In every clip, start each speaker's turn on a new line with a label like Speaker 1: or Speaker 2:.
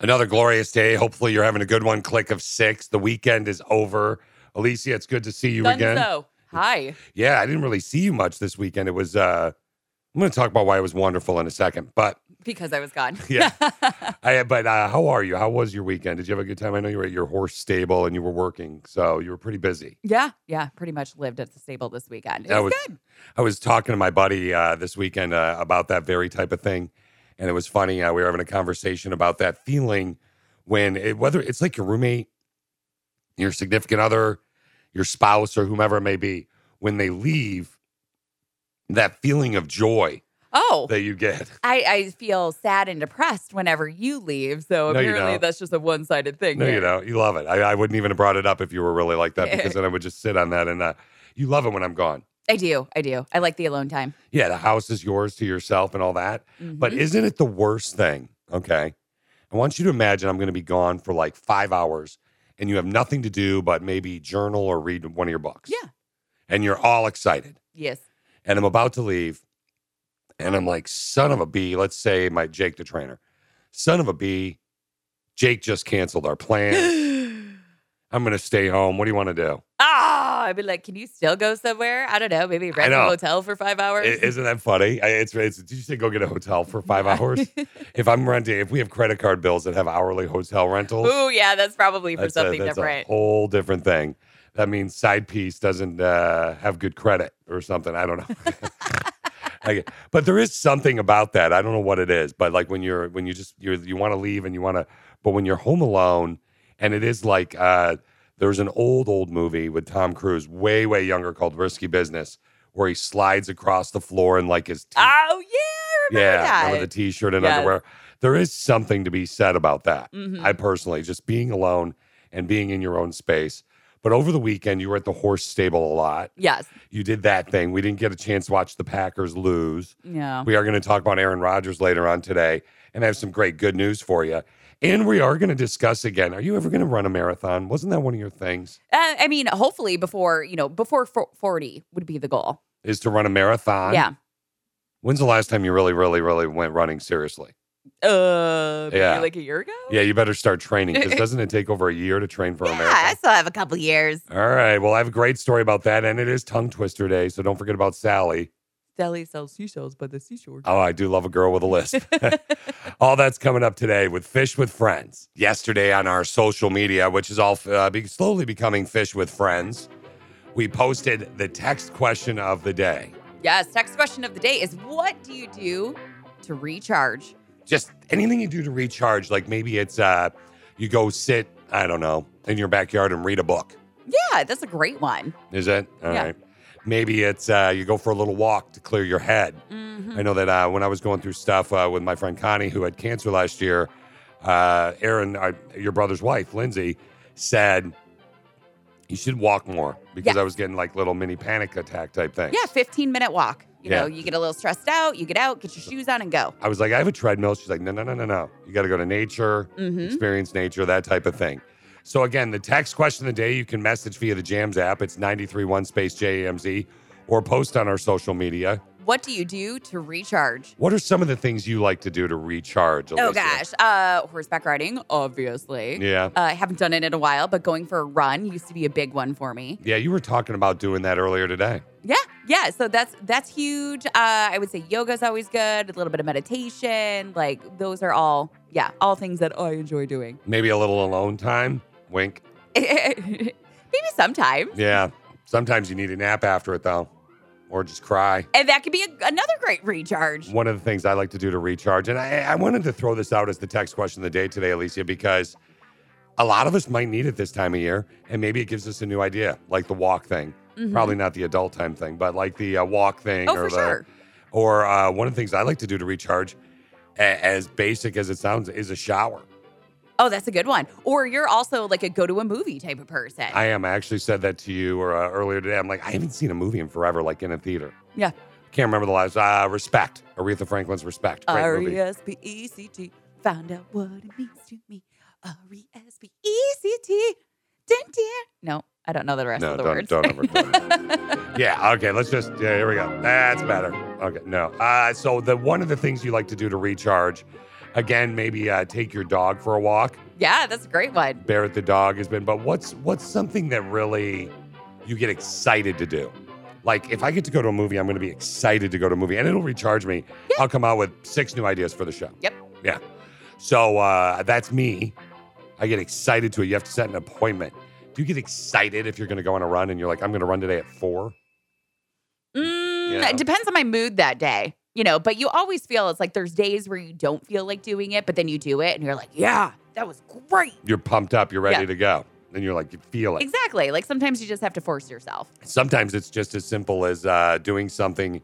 Speaker 1: Another glorious day. Hopefully, you're having a good one. Click of six. The weekend is over. Alicia, it's good to see you again.
Speaker 2: Dunzo. Hi.
Speaker 1: Yeah, I didn't really see you much this weekend. It was. uh I'm going to talk about why it was wonderful in a second, but
Speaker 2: Because I was gone.
Speaker 1: yeah. I, but uh, how are you? How was your weekend? Did you have a good time? I know you were at your horse stable and you were working, so you were pretty busy.
Speaker 2: Yeah. Yeah. Pretty much lived at the stable this weekend. It
Speaker 1: That
Speaker 2: was,
Speaker 1: was-
Speaker 2: good.
Speaker 1: I was talking to my buddy uh, this weekend uh, about that very type of thing, and it was funny. Uh, we were having a conversation about that feeling when it, whether it's like your roommate, your significant other, your spouse, or whomever it may be, when they leave, that feeling of joy
Speaker 2: Oh.
Speaker 1: that you get.
Speaker 2: I, I feel sad and depressed whenever you leave. So
Speaker 1: No, you
Speaker 2: apparently
Speaker 1: don't.
Speaker 2: that's just a one sided thing.
Speaker 1: No, you
Speaker 2: here.
Speaker 1: know, you love it. I, I wouldn't even have brought it up if you were really like that because then I would just sit on that and uh, you love it when I'm gone.
Speaker 2: I do. I do. I like the alone time.
Speaker 1: Yeah, the house is yours to yourself and all that. But
Speaker 2: Mhm.
Speaker 1: isn't it the worst thing? Okay. I want you to imagine I'm going to be gone for like five hours and you have nothing to do but maybe journal or read one of your books.
Speaker 2: Yeah.
Speaker 1: And you're all excited.
Speaker 2: yes.
Speaker 1: And I'm about to leave. And I'm like, son of a bee. Let's say my Jake the trainer. Son of a bee. Jake just canceled our plan. I'm going to stay home. What do you want to do?
Speaker 2: Ah, I'd be like, can you still go somewhere? I don't know. Maybe rent a
Speaker 1: know.
Speaker 2: hotel for five
Speaker 1: I-
Speaker 2: hours.
Speaker 1: Isn't that funny? I- It's, it's, did you say go get a hotel for five hours? if I'm renting, if we have credit card bills that have hourly hotel rentals,
Speaker 2: Ooh, yeah, that's probably for
Speaker 1: that's,
Speaker 2: something
Speaker 1: a, that's
Speaker 2: different.
Speaker 1: a whole different thing. That means side piece doesn't uh, have good credit or something. I don't know. I- but there is something about that. I don't know what it is, but like when you're when you just you're, you want to leave and you want to, but when you're home alone, and it is like uh, there's an old old movie with Tom Cruise, way way younger, called Risky Business, where he slides across the floor and like his teeth
Speaker 2: oh, yeah. I remember
Speaker 1: yeah,
Speaker 2: that.
Speaker 1: and with a t-shirt and
Speaker 2: Yes.
Speaker 1: underwear. There is something to be said about that.
Speaker 2: Mhm.
Speaker 1: I personally just being alone and being in your own space. But over the weekend, you were at the horse stable a lot.
Speaker 2: yes.
Speaker 1: You did that thing. We didn't get a chance to watch the Packers lose.
Speaker 2: Yeah.
Speaker 1: We are going to talk about Aaron Rodgers later on today and I have some great good news for you. And we are going to discuss again. Are you ever going to run a marathon? Wasn't that one of your things?
Speaker 2: Uh, I mean, hopefully before, you know, before fo- 40 would be the goal.
Speaker 1: Is to run a marathon?
Speaker 2: yeah.
Speaker 1: When's the last time you really, really, really went running seriously?
Speaker 2: Uh, maybe
Speaker 1: Yeah.
Speaker 2: like a year ago?
Speaker 1: Yeah, you better start training because doesn't it take over a year to train for a
Speaker 2: Yeah,
Speaker 1: marathon?
Speaker 2: I still have a couple years.
Speaker 1: All right. Well, I have a great story about that, and it is tongue twister day, so don't forget about Sally.
Speaker 2: Sally sells seashells by the seashore.
Speaker 1: Oh, I do love a girl with a lisp. all that's coming up today with Fish with Friends. Yesterday on our social media, which is all uh, be- slowly becoming Fish with Friends, we posted the text question of the day.
Speaker 2: Yes. Text question of the day is what do you do to recharge?
Speaker 1: Just anything you do to recharge, like maybe it's uh, you go sit, I don't know, in your backyard and read a book.
Speaker 2: Yeah, that's a great one.
Speaker 1: Is it? All right.
Speaker 2: Yeah.
Speaker 1: Maybe it's uh, you go for a little walk to clear your head.
Speaker 2: Mhm.
Speaker 1: I know that uh, when I was going through stuff uh, with my friend Connie, who had cancer last year, uh, Aaron, uh, your brother's wife, Lindsay, said you should walk more because
Speaker 2: Yeah.
Speaker 1: I was getting like little mini panic attack type things.
Speaker 2: Yeah, 15 minute walk. You
Speaker 1: Yeah.
Speaker 2: know, you get a little stressed out, you get out, get your shoes on, and go.
Speaker 1: I was like, I have a treadmill. She's like, no, no, no, no, no. You got to go to nature,
Speaker 2: Mm-hmm.
Speaker 1: experience nature, that type of thing. So again, the text question of the day you can message via the Jams app. It's 931 space JAMZ or post on our social media.
Speaker 2: What do you do to recharge?
Speaker 1: What are some of the things you like to do to recharge?
Speaker 2: Oh
Speaker 1: Alyssa?
Speaker 2: gosh, uh, horseback riding, obviously.
Speaker 1: Yeah.
Speaker 2: Uh, I haven't done it in a while, but going for a run used to be a big one for me.
Speaker 1: Yeah, you were talking about doing that earlier today.
Speaker 2: Yeah, yeah. So that's that's huge. Uh, I would say yoga's always good. A little bit of meditation, like those are all, yeah, all things that I enjoy doing.
Speaker 1: Maybe a little alone time. Wink.
Speaker 2: Maybe sometime,
Speaker 1: Yeah. Sometimes you need a nap after it though, or just cry.
Speaker 2: and that could be a, another great recharge.
Speaker 1: One of the things I like to do to recharge, and I, I wanted to throw this out as the text question of the day today, Alicia, because a lot of us might need it this time of year, and maybe it gives us a new idea, like the walk thing.
Speaker 2: Mhm.
Speaker 1: Probably not the adult time thing, but like the uh, walk thing,
Speaker 2: Oh,
Speaker 1: or
Speaker 2: for
Speaker 1: the,
Speaker 2: sure.
Speaker 1: or uh, one of the things I like to do to recharge, a- as basic as it sounds, is a shower.
Speaker 2: Oh, that's a good one. Or you're also like a go to a movie type of person.
Speaker 1: I am. I actually said that to you or uh, earlier today. I'm like, I haven't seen a movie in forever, like in a theater.
Speaker 2: Yeah.
Speaker 1: Can't remember the last. Uh, Respect. Aretha Franklin's Respect. Great
Speaker 2: R
Speaker 1: movie.
Speaker 2: E S P E C T. Found out what it means to me. R E S P E C T. Dun, dun. No, I don't know the rest
Speaker 1: No,
Speaker 2: of the
Speaker 1: don't,
Speaker 2: words.
Speaker 1: don't ever. don't. yeah. Okay. Let's just. Yeah. Here we go. That's better. Okay. No. Uh, so the one of the things you like to do to recharge Again, maybe uh, take your dog for a walk.
Speaker 2: Yeah, that's a great one.
Speaker 1: Barrett the dog has been, but what's what's something that really you get excited to do? Like if I get to go to a movie, I'm going to be excited to go to a movie, and it'll recharge me.
Speaker 2: Yeah.
Speaker 1: I'll come out with six new ideas for the show.
Speaker 2: Yep.
Speaker 1: Yeah. So uh, that's me. I get excited to it. You have to set an appointment. Do you get excited if you're going to go on a run and you're like, I'm going to run today at four?
Speaker 2: Mm,
Speaker 1: Yeah.
Speaker 2: It depends on my mood that day, you know, but you always feel it's like there's days where you don't feel like doing it, but then you do it and you're like, yeah, that was great.
Speaker 1: You're pumped up. You're ready
Speaker 2: Yeah.
Speaker 1: to go. Then you're like, you feel it.
Speaker 2: Exactly. Like sometimes you just have to force yourself.
Speaker 1: sometimes it's just as simple as uh, doing something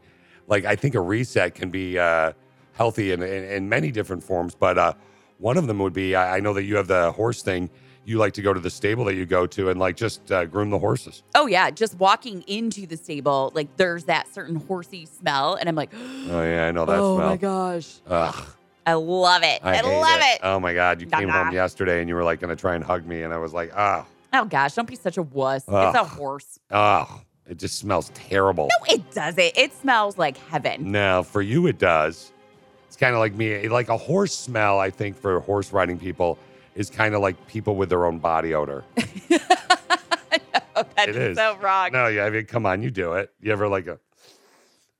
Speaker 1: like I think a reset can be uh, healthy in, in, in many different forms, but uh, one of them would be I, I know that you have the horse thing. You like to go to the stable that you go to and like just uh, groom the horses.
Speaker 2: Oh, yeah. Just walking into the stable, like there's that certain horsey smell. And I'm like,
Speaker 1: Oh yeah, I know that
Speaker 2: oh
Speaker 1: smell.
Speaker 2: my gosh.
Speaker 1: Ugh,
Speaker 2: I love it. I,
Speaker 1: I, hate
Speaker 2: love it.
Speaker 1: Oh my god, you
Speaker 2: Nom
Speaker 1: came
Speaker 2: nom.
Speaker 1: home yesterday and you were like going to try and hug me, and I was like, ah,
Speaker 2: Oh gosh, don't be such a wuss.
Speaker 1: Ugh.
Speaker 2: It's a horse.
Speaker 1: oh, it just smells terrible.
Speaker 2: No, it doesn't. It smells like heaven.
Speaker 1: Now, for you, it does. It's kind of like me, like a horse smell, I think, for horse riding people is kind of like people with their own body odor.
Speaker 2: Oh, that
Speaker 1: It
Speaker 2: is
Speaker 1: is.
Speaker 2: so wrong.
Speaker 1: no, yeah, I mean, come on, you do it. You ever like a,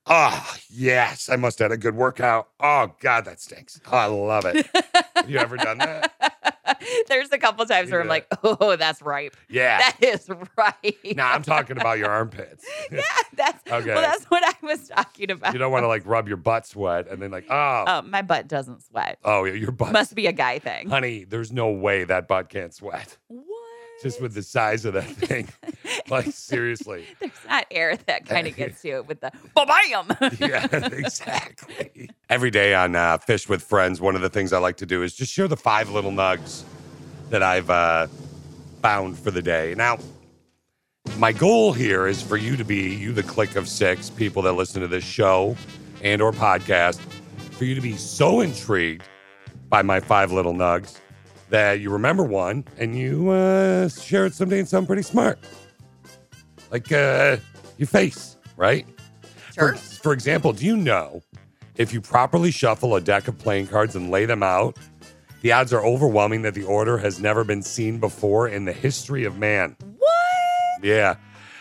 Speaker 1: oh, yes, I must have had a good workout. Oh, God, that stinks. Oh, I love it. Have you ever done that?
Speaker 2: There's a couple times
Speaker 1: You
Speaker 2: where
Speaker 1: do
Speaker 2: I'm like, oh, that's ripe.
Speaker 1: Yeah.
Speaker 2: That is right.
Speaker 1: Now, I'm talking about your armpits.
Speaker 2: yeah, that's
Speaker 1: Okay.
Speaker 2: well, that's what I was talking about.
Speaker 1: You don't want to like rub your butt sweat and then, like, oh,
Speaker 2: Um, my butt doesn't sweat.
Speaker 1: oh, yeah, your butt.
Speaker 2: Must be a guy thing.
Speaker 1: Honey, there's no way that butt can't sweat
Speaker 2: What?
Speaker 1: just with the size of that thing. like, seriously.
Speaker 2: There's not air that kind of gets to it with the bam.
Speaker 1: yeah, exactly. Every day on uh, Fish with Friends, one of the things I like to do is just share the five little nugs that I've uh, found for the day. Now, my goal here is for you to be you, the click of six people that listen to this show and or podcast, for you to be so intrigued by my five little nugs that you remember one and you uh, share it someday and sound pretty smart, like uh, your face, right? For,
Speaker 2: Sure.
Speaker 1: for example, do you know if you properly shuffle a deck of playing cards and lay them out, the odds are overwhelming that the order has never been seen before in the history of man?
Speaker 2: What?
Speaker 1: Yeah.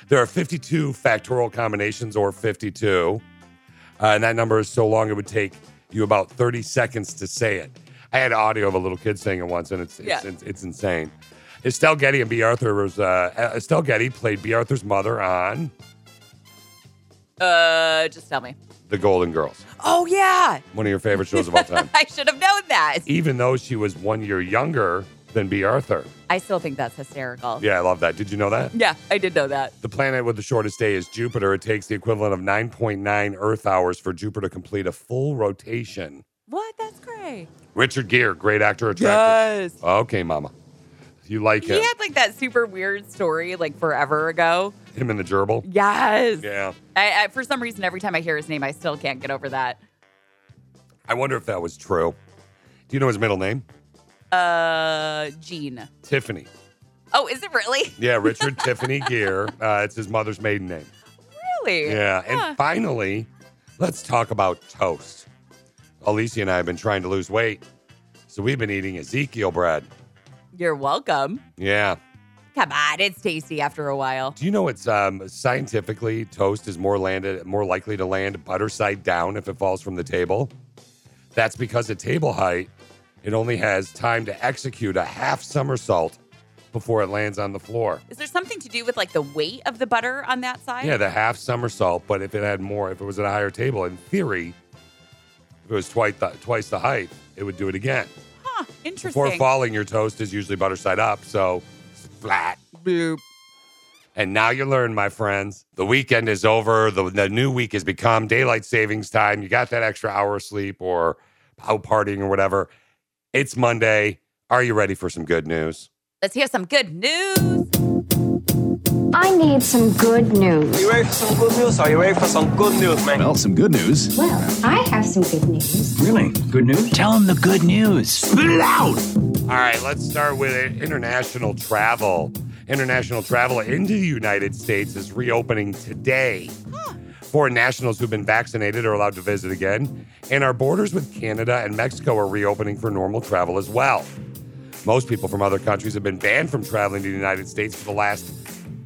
Speaker 1: There are 52 factorial combinations or 52. Uh, and that number is so long it would take you about 30 seconds to say it. I had audio of a little kid saying it once, and it's it's,
Speaker 2: Yeah.
Speaker 1: it's, it's insane. Estelle Getty and B. Arthur was uh, Estelle Getty played B. Arthur's mother on
Speaker 2: Uh, just tell me.
Speaker 1: The Golden Girls,
Speaker 2: Oh yeah,
Speaker 1: one of your favorite shows of all time.
Speaker 2: I should have known that.
Speaker 1: even though she was one year younger than B. Arthur.
Speaker 2: I still think that's hysterical.
Speaker 1: Yeah, I love that. Did you know that?
Speaker 2: Yeah, I did know that.
Speaker 1: The planet with the shortest day is Jupiter. It takes the equivalent of 9.9 Earth hours for Jupiter to complete a full rotation.
Speaker 2: What? That's great.
Speaker 1: Richard Gere, great actor, attractive.
Speaker 2: Yes.
Speaker 1: Okay, Mama. You like
Speaker 2: He
Speaker 1: him?
Speaker 2: had like that super weird story like forever ago.
Speaker 1: Him and the gerbil?
Speaker 2: Yes.
Speaker 1: Yeah.
Speaker 2: I, I, for some reason, every time I hear his name, I still can't get over that.
Speaker 1: I wonder if that was true. Do you know his middle name?
Speaker 2: Uh, Gene.
Speaker 1: Tiffany.
Speaker 2: Oh, is it really?
Speaker 1: Yeah, Richard Tiffany Gere. Uh, it's his mother's maiden name.
Speaker 2: Really?
Speaker 1: Yeah.
Speaker 2: Huh.
Speaker 1: And finally, let's talk about toast. Alicia and I have been trying to lose weight. So we've been eating Ezekiel bread.
Speaker 2: You're welcome.
Speaker 1: Yeah.
Speaker 2: Come on, it's tasty after a while.
Speaker 1: Do you know it's um, scientifically toast is more landed more likely to land butter side down if it falls from the table? That's because at table height, it only has time to execute a half somersault before it lands on the floor.
Speaker 2: Is there something to do with like the weight of the butter on that side?
Speaker 1: Yeah, the half somersault, but if it had more, if it was at a higher table, in theory, if it was twice the, twice the height, it would do it again.
Speaker 2: Huh. Interesting.
Speaker 1: Before falling, your toast is usually butter side up, so it's flat.
Speaker 2: Boop.
Speaker 1: And now you learn, my friends. The weekend is over. The, the new week has become daylight savings time. You got that extra hour of sleep or out partying or whatever. It's Monday. Are you ready for some good news?
Speaker 2: Let's hear some good news.
Speaker 3: I need some good news.
Speaker 4: Are you ready for some good news? Are you ready for some good news, man?
Speaker 5: Well, some good news.
Speaker 3: Well, I have some good news.
Speaker 4: Really? Good news?
Speaker 5: Tell him the good news. Spit it out.
Speaker 1: All right, let's start with it. international travel. International travel into the United States is reopening today. Foreign nationals who've been vaccinated are allowed to visit again, and our borders with Canada and Mexico are reopening for normal travel as well. Most people from other countries have been banned from traveling to the United States for the last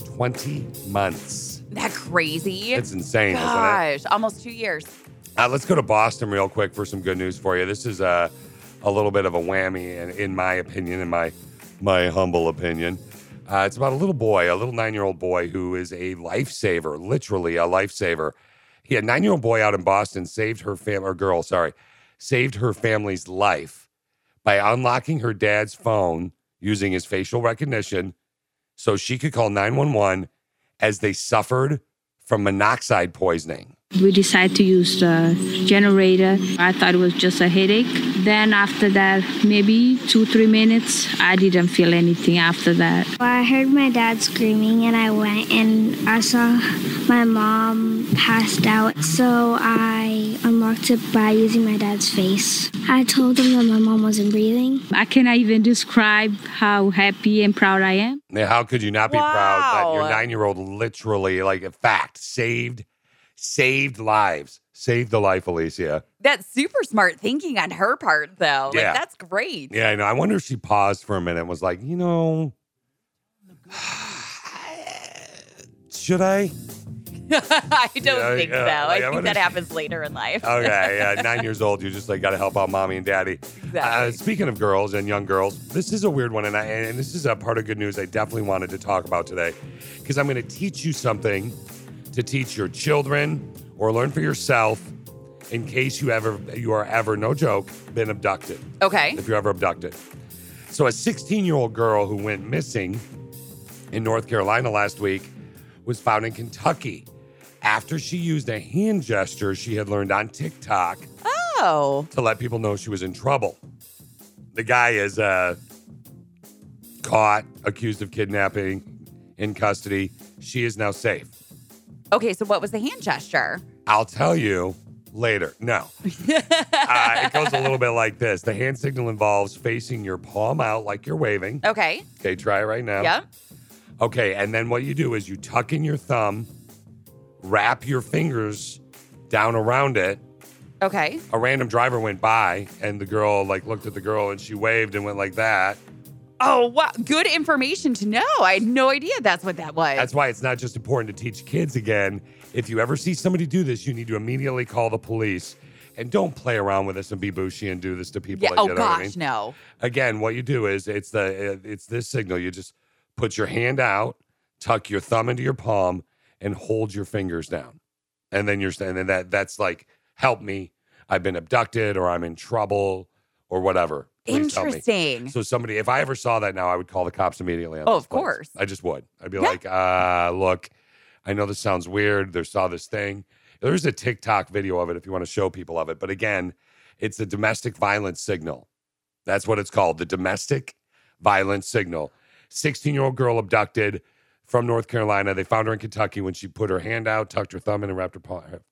Speaker 1: 20 months.
Speaker 2: That crazy.
Speaker 1: It's insane, isn't it?
Speaker 2: Gosh, almost two years.
Speaker 1: Uh, let's go to Boston real quick for some good news for you. This is a, a little bit of a whammy, in, in my opinion, in my my humble opinion. Uh, it's about a little boy, a little nine year old boy who is a lifesaver, literally a lifesaver. He had nine year old boy out in Boston saved her fam or girl, sorry, saved her family's life by unlocking her dad's phone using his facial recognition, so she could call nine one one as they suffered from monoxide poisoning.
Speaker 6: We decided to use the generator. I thought it was just a headache. Then after that, maybe two, three minutes, I didn't feel anything after that.
Speaker 7: I heard my dad screaming and I went and I saw my mom passed out. So I unlocked it by using my dad's face. I told him that my mom wasn't breathing.
Speaker 6: I cannot even describe how happy and proud I am.
Speaker 1: Now, how could you not be proud that your
Speaker 2: Wow.
Speaker 1: nine-year-old literally, like a fact, saved saved lives, saved the life, Alicia.
Speaker 2: That's super smart thinking on her part, though.
Speaker 1: Yeah.
Speaker 2: Like, that's great.
Speaker 1: Yeah, I know. I wonder if she paused for a minute and was like, you know, should I?
Speaker 2: I don't
Speaker 1: Yeah,
Speaker 2: think
Speaker 1: yeah, like, I Uh,
Speaker 2: so. I think
Speaker 1: wonder
Speaker 2: that
Speaker 1: if-
Speaker 2: happens later in life.
Speaker 1: Okay, yeah, nine years old, you just like got to help out mommy and daddy. Uh,
Speaker 2: Exactly.
Speaker 1: speaking of girls and young girls, this is a weird one, and I, and this is a part of good news I definitely wanted to talk about today, because I'm going to teach you something to teach your children or learn for yourself in case you ever you are ever no joke been abducted
Speaker 2: okay.
Speaker 1: if you're ever abducted. So, a 16 year old girl who went missing in North Carolina last week was found in Kentucky after she used a hand gesture she had learned on TikTok
Speaker 2: Oh.
Speaker 1: to let people know she was in trouble. The guy is uh, caught, accused of kidnapping, in custody. She is now safe.
Speaker 2: Okay. So, what was the hand gesture?
Speaker 1: I'll tell you later. No. uh, it goes a little bit like this the hand signal involves facing your palm out like you're waving.
Speaker 2: Okay.
Speaker 1: Okay, try it right now.
Speaker 2: Yep.
Speaker 1: Okay, and then what you do is you tuck in your thumb, wrap your fingers down around it.
Speaker 2: Okay.
Speaker 1: A random driver went by, and the girl like looked at the girl and she waved and went like that.
Speaker 2: Oh, wow. Good information to know. I had no idea that's what that was.
Speaker 1: That's why it's not just important to teach kids again. If you ever see somebody do this, you need to immediately call the police. And don't play around with this and be bushy and do this to people.
Speaker 2: yeah.
Speaker 1: that,
Speaker 2: Oh,
Speaker 1: you know what I
Speaker 2: gosh.
Speaker 1: mean?
Speaker 2: No.
Speaker 1: again, what you do is it's the uh, it's this signal. You just put your hand out, tuck your thumb into your palm, and hold your fingers down, and then you're and then that that's like help me. I've been abducted, or I'm in trouble, or whatever. Please help me.
Speaker 2: Interesting.
Speaker 1: So somebody, if I ever saw that now, I would call the cops immediately. on
Speaker 2: Oh,
Speaker 1: this
Speaker 2: of
Speaker 1: place.
Speaker 2: course.
Speaker 1: I just would. I'd be
Speaker 2: Yeah.
Speaker 1: like, uh, look, I know this sounds weird. There saw this thing. There's a TikTok video of it if you want to show people of it. But again, it's a domestic violence signal. That's what it's called, the domestic violence signal. 16-year-old girl abducted from North Carolina. They found her in Kentucky when she put her hand out, tucked her thumb in, and wrapped her paw, her,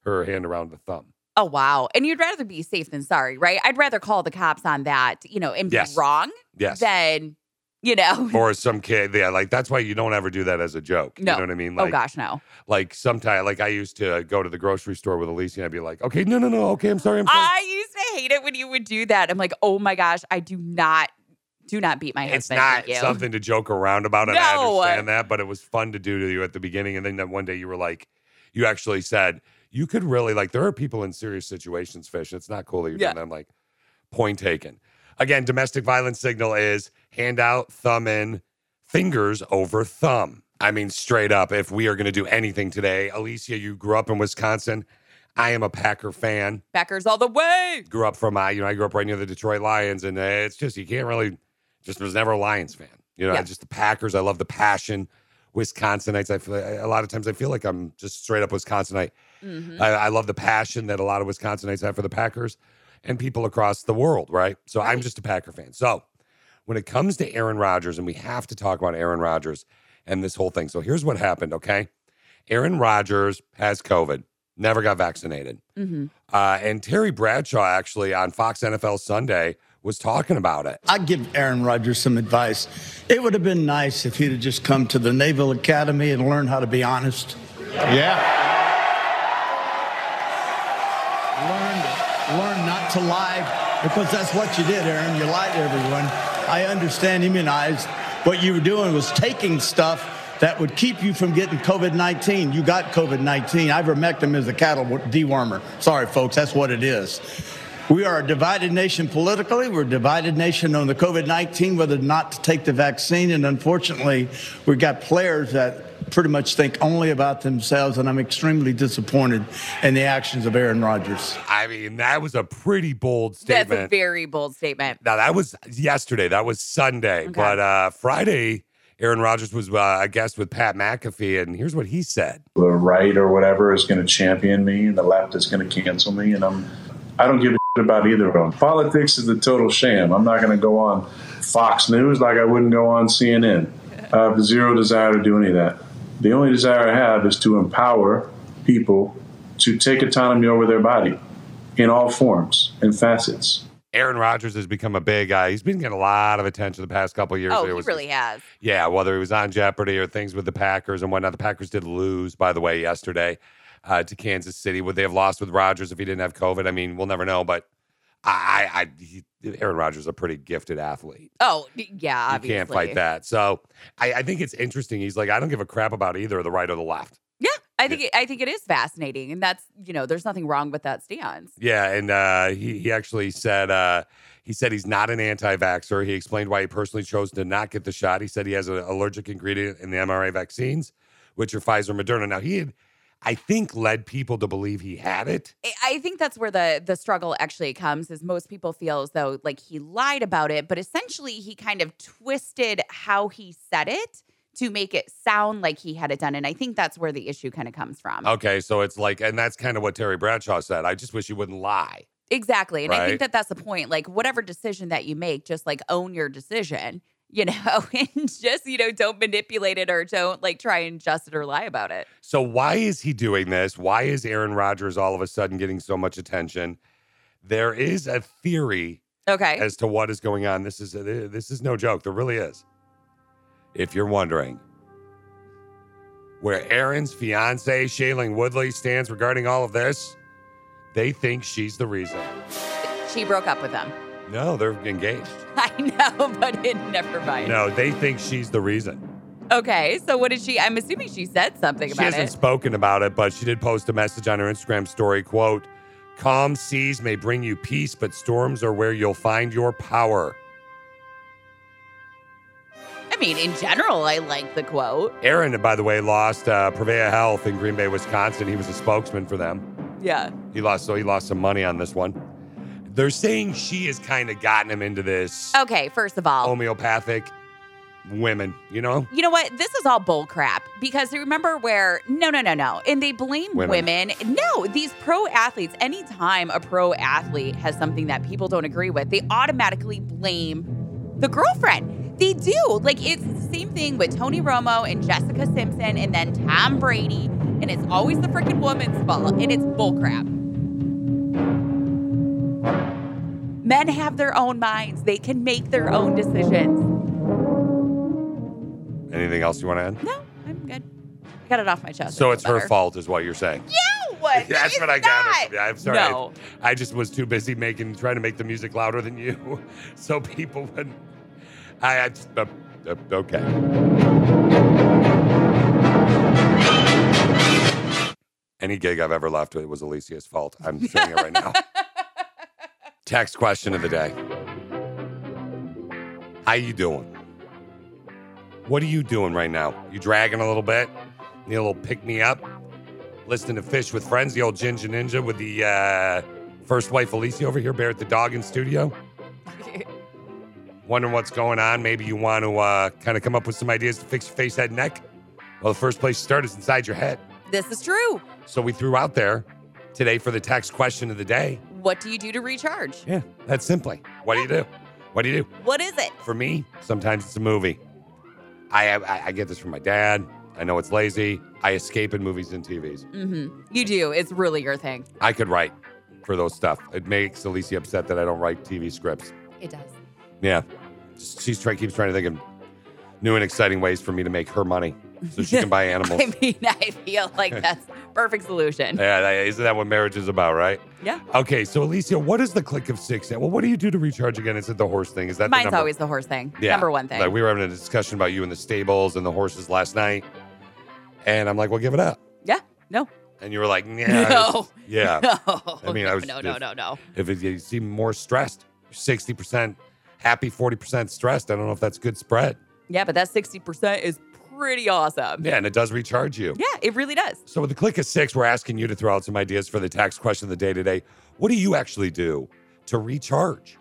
Speaker 1: her hand around the thumb.
Speaker 2: Oh, wow. And you'd rather be safe than sorry, right? I'd rather call the cops on that, you know, and
Speaker 1: Yes.
Speaker 2: be wrong
Speaker 1: Yes.
Speaker 2: than, you know.
Speaker 1: or some kid, yeah, like that's why you don't ever do that as a joke.
Speaker 2: No.
Speaker 1: You know what I mean?
Speaker 2: oh,
Speaker 1: Like,
Speaker 2: gosh. No.
Speaker 1: like sometimes like I used to go to the grocery store with Alicia and I'd be like, okay, no, no, no, okay, I'm sorry, I'm sorry.
Speaker 2: I used to hate it when you would do that. I'm like, oh my gosh, I do not, do not beat my
Speaker 1: it's
Speaker 2: husband.
Speaker 1: not
Speaker 2: Thank you.
Speaker 1: something to joke around about, and I
Speaker 2: No.
Speaker 1: understand that, but it was fun to do to you at the beginning. And then that one day you were like, you actually said, you could really like there are people in serious situations, fish. It's not cool that you're doing
Speaker 2: Yeah.
Speaker 1: that. I'm like, point taken. Again, domestic violence signal is hand out, thumb in, fingers over thumb. I mean, straight up, if we are gonna do anything today, Alicia, you grew up in Wisconsin. I am a Packer fan.
Speaker 2: Becker's all the way.
Speaker 1: grew up from uh, you know I grew up right near the Detroit Lions, and uh, it's just you can't really just was never a Lions fan. You know,
Speaker 2: Yeah.
Speaker 1: I just the Packers. I love the passion. Wisconsinites. I feel a lot of times I feel like I'm just straight up Wisconsinite. I, I love the passion that a lot of Wisconsinites have for the Packers and people across the world. Right. So I'm just a Packer fan. So when it comes to Aaron Rodgers, and we have to talk about Aaron Rodgers and this whole thing. So here's what happened. Okay, Aaron Rodgers has COVID. Never got vaccinated.
Speaker 2: Mm-hmm.
Speaker 1: Uh, and Terry Bradshaw actually on Fox NFL Sunday was talking about it.
Speaker 8: I'd give Aaron Rodgers some advice. It would have been nice if he'd have just come to the Naval Academy and learned how to be honest.
Speaker 9: Yeah.
Speaker 8: learned learn not to lie because that's what you did, Aaron. You lied to everyone. I understand immunized. What you were doing was taking stuff that would keep you from getting COVID 19. You got COVID 19. Ivermectin is a cattle dewormer. Sorry, folks, that's what it is. We are a divided nation politically. We're a divided nation on the COVID 19, whether or not to take the vaccine. And unfortunately, we've got players that pretty much think only about themselves. And I'm extremely disappointed in the actions of Aaron Rodgers.
Speaker 1: I mean, that was a pretty bold
Speaker 2: That's
Speaker 1: statement.
Speaker 2: a very bold statement.
Speaker 1: Now that was yesterday. That was Sunday. But uh, Friday, Aaron Rodgers was uh, a guest with Pat McAfee, and here's what he said.
Speaker 9: the right or whatever is going to champion me and the left is going to cancel me and I'm I don't give a shit about either of them. Politics is a total sham. I'm not going to go on Fox News like I wouldn't go on CNN. I have zero desire to do any of that. The only desire I have is to empower people to take autonomy over their body in all forms and facets.
Speaker 1: Aaron Rodgers has become a big guy. He's been getting a lot of attention the past couple of years.
Speaker 2: Oh,
Speaker 1: There
Speaker 2: he
Speaker 1: was-
Speaker 2: really has.
Speaker 1: Yeah, whether he was on Jeopardy or things with the Packers and whatnot. The Packers did lose, by the way, yesterday uh, to Kansas City. Would they have lost with Rodgers if he didn't have COVID? I mean, we'll never know. But I, I, I he, Aaron Rodgers is a pretty gifted athlete.
Speaker 2: Oh, d- yeah, obviously.
Speaker 1: You can't fight that. So I, I think it's interesting. He's like, I don't give a crap about either the right or the left.
Speaker 2: Yeah, I think it, I think it is fascinating, and that's you know, there's nothing wrong with that stance.
Speaker 1: Yeah, and uh, he he actually said uh, he said he's not an anti-vaxxer. He explained why he personally chose to not get the shot. He said he has an allergic ingredient in the mRNA vaccines, which are Pfizer, Moderna. Now he had, I think, led people to believe he had it.
Speaker 2: I- I think that's where the the struggle actually comes is most people feel as though like he lied about it, but essentially he kind of twisted how he said it to make it sound like he had it done. And I think that's where the issue kind of comes from.
Speaker 1: Okay, so it's like, and that's kind of what Terry Bradshaw said. I just wish he wouldn't lie.
Speaker 2: Exactly. And I
Speaker 1: Right.
Speaker 2: think that that's the point. Like, whatever decision that you make, just like own your decision, you know, and just, you know, don't manipulate it or don't like try and adjust it or lie about it.
Speaker 1: So why is he doing this? Why is Aaron Rodgers all of a sudden getting so much attention? There is a theory
Speaker 2: Okay.
Speaker 1: as to what is going on. This is this is no joke. There really is. If you're wondering where Aaron's fiance Shailene Woodley stands regarding all of this, they think she's the reason.
Speaker 2: she broke up with him.
Speaker 1: No, they're engaged.
Speaker 2: I know, but it never mind.
Speaker 1: No, they think she's the reason.
Speaker 2: Okay. So, what did she? I'm assuming she said something
Speaker 1: She
Speaker 2: about
Speaker 1: hasn't
Speaker 2: it.
Speaker 1: spoken about it, but she did post a message on her Instagram story. Quote: "Calm seas may bring you peace, but storms are where you'll find your power."
Speaker 2: I mean, in general, I like the quote.
Speaker 1: Aaron, by the way, lost uh, Prevea Health in Green Bay, Wisconsin. He was a spokesman for them.
Speaker 2: Yeah.
Speaker 1: He lost, so he lost some money on this one. They're saying she has kind of gotten him into this
Speaker 2: Okay. First of
Speaker 1: Oh
Speaker 2: all,
Speaker 1: homeopathic women, you know?
Speaker 2: you know what? This is all bull crap because remember where no, no, no, no, and they blame
Speaker 1: Women.
Speaker 2: women. No, these pro athletes. Anytime a pro athlete has something that people don't agree with, they automatically blame the girlfriend. They do. Like it's the same thing with Tony Romo and Jessica Simpson, and then Tom Brady, and it's always the freaking woman's fault, and it's bull crap. Men have their own minds. They can make their own decisions.
Speaker 1: Anything else you want to add?
Speaker 2: No, I'm good. I got it off my chest. I
Speaker 1: So
Speaker 2: feel
Speaker 1: it's her
Speaker 2: better.
Speaker 1: fault, is what you're saying.
Speaker 2: No, what?
Speaker 1: That's what I got. from you. I'm sorry. I-
Speaker 2: No.
Speaker 1: I, just was too busy making, trying to make the music louder than you, so people wouldn't. I, I just, uh, uh, okay. Any gig I've ever left it was Alicia's fault. I'm saying it right now. Text question of the day. How you doing? What are you doing right now? You dragging a little bit? Need a little pick me up? Listening to Fish with Friends, the old Ginger Ninja with the uh, first wife Alicia over here, Barrett the dog in studio. Wondering what's going on. Maybe you want to uh, kind of come up with some ideas to fix your face, head, and neck. Well, the first place to start is inside your head.
Speaker 2: This is true.
Speaker 1: So we threw out there today for the text question of the day.
Speaker 2: What do you do to recharge?
Speaker 1: Yeah, that's simply. What do you do? What do you do?
Speaker 2: What is it?
Speaker 1: for me, sometimes it's a movie. I, I I get this from my dad. I know it's lazy. I escape in movies and TVs.
Speaker 2: Mm-hmm. You do. It's really your thing.
Speaker 1: I could write for those stuff. It makes Alicia upset that I don't write TV scripts.
Speaker 2: It does.
Speaker 1: Yeah, Just- she's trying keeps trying to think of new and exciting ways for me to make her money so she can buy animals.
Speaker 2: I mean, I feel like that's perfect solution.
Speaker 1: yeah, that- isn't that what marriage is about, right?
Speaker 2: Yeah.
Speaker 1: Okay, so Alicia, what is the click of six? Well, what do you do to recharge again? Is it the horse thing? Is that the
Speaker 2: Mine's
Speaker 1: number-
Speaker 2: always the horse thing. Number one thing.
Speaker 1: Like we were having a discussion about you and the stables and the horses last night, and I'm like, "Well, give it up."
Speaker 2: yeah. No.
Speaker 1: And you were like, "Nah,
Speaker 2: No.
Speaker 1: it's- yeah."
Speaker 2: No.
Speaker 1: I mean, I
Speaker 2: no,
Speaker 1: was
Speaker 2: no,
Speaker 1: just-
Speaker 2: no, no, no.
Speaker 1: If it, you seem more stressed, sixty percent happy, forty percent stressed. I don't know if that's good spread.
Speaker 2: Yeah, but that sixty percent is pretty awesome.
Speaker 1: Yeah, and it does recharge you.
Speaker 2: Yeah, it really does.
Speaker 1: So with the click of six, we're asking you to throw out some ideas for the tax question of the day today. What do you actually do to recharge?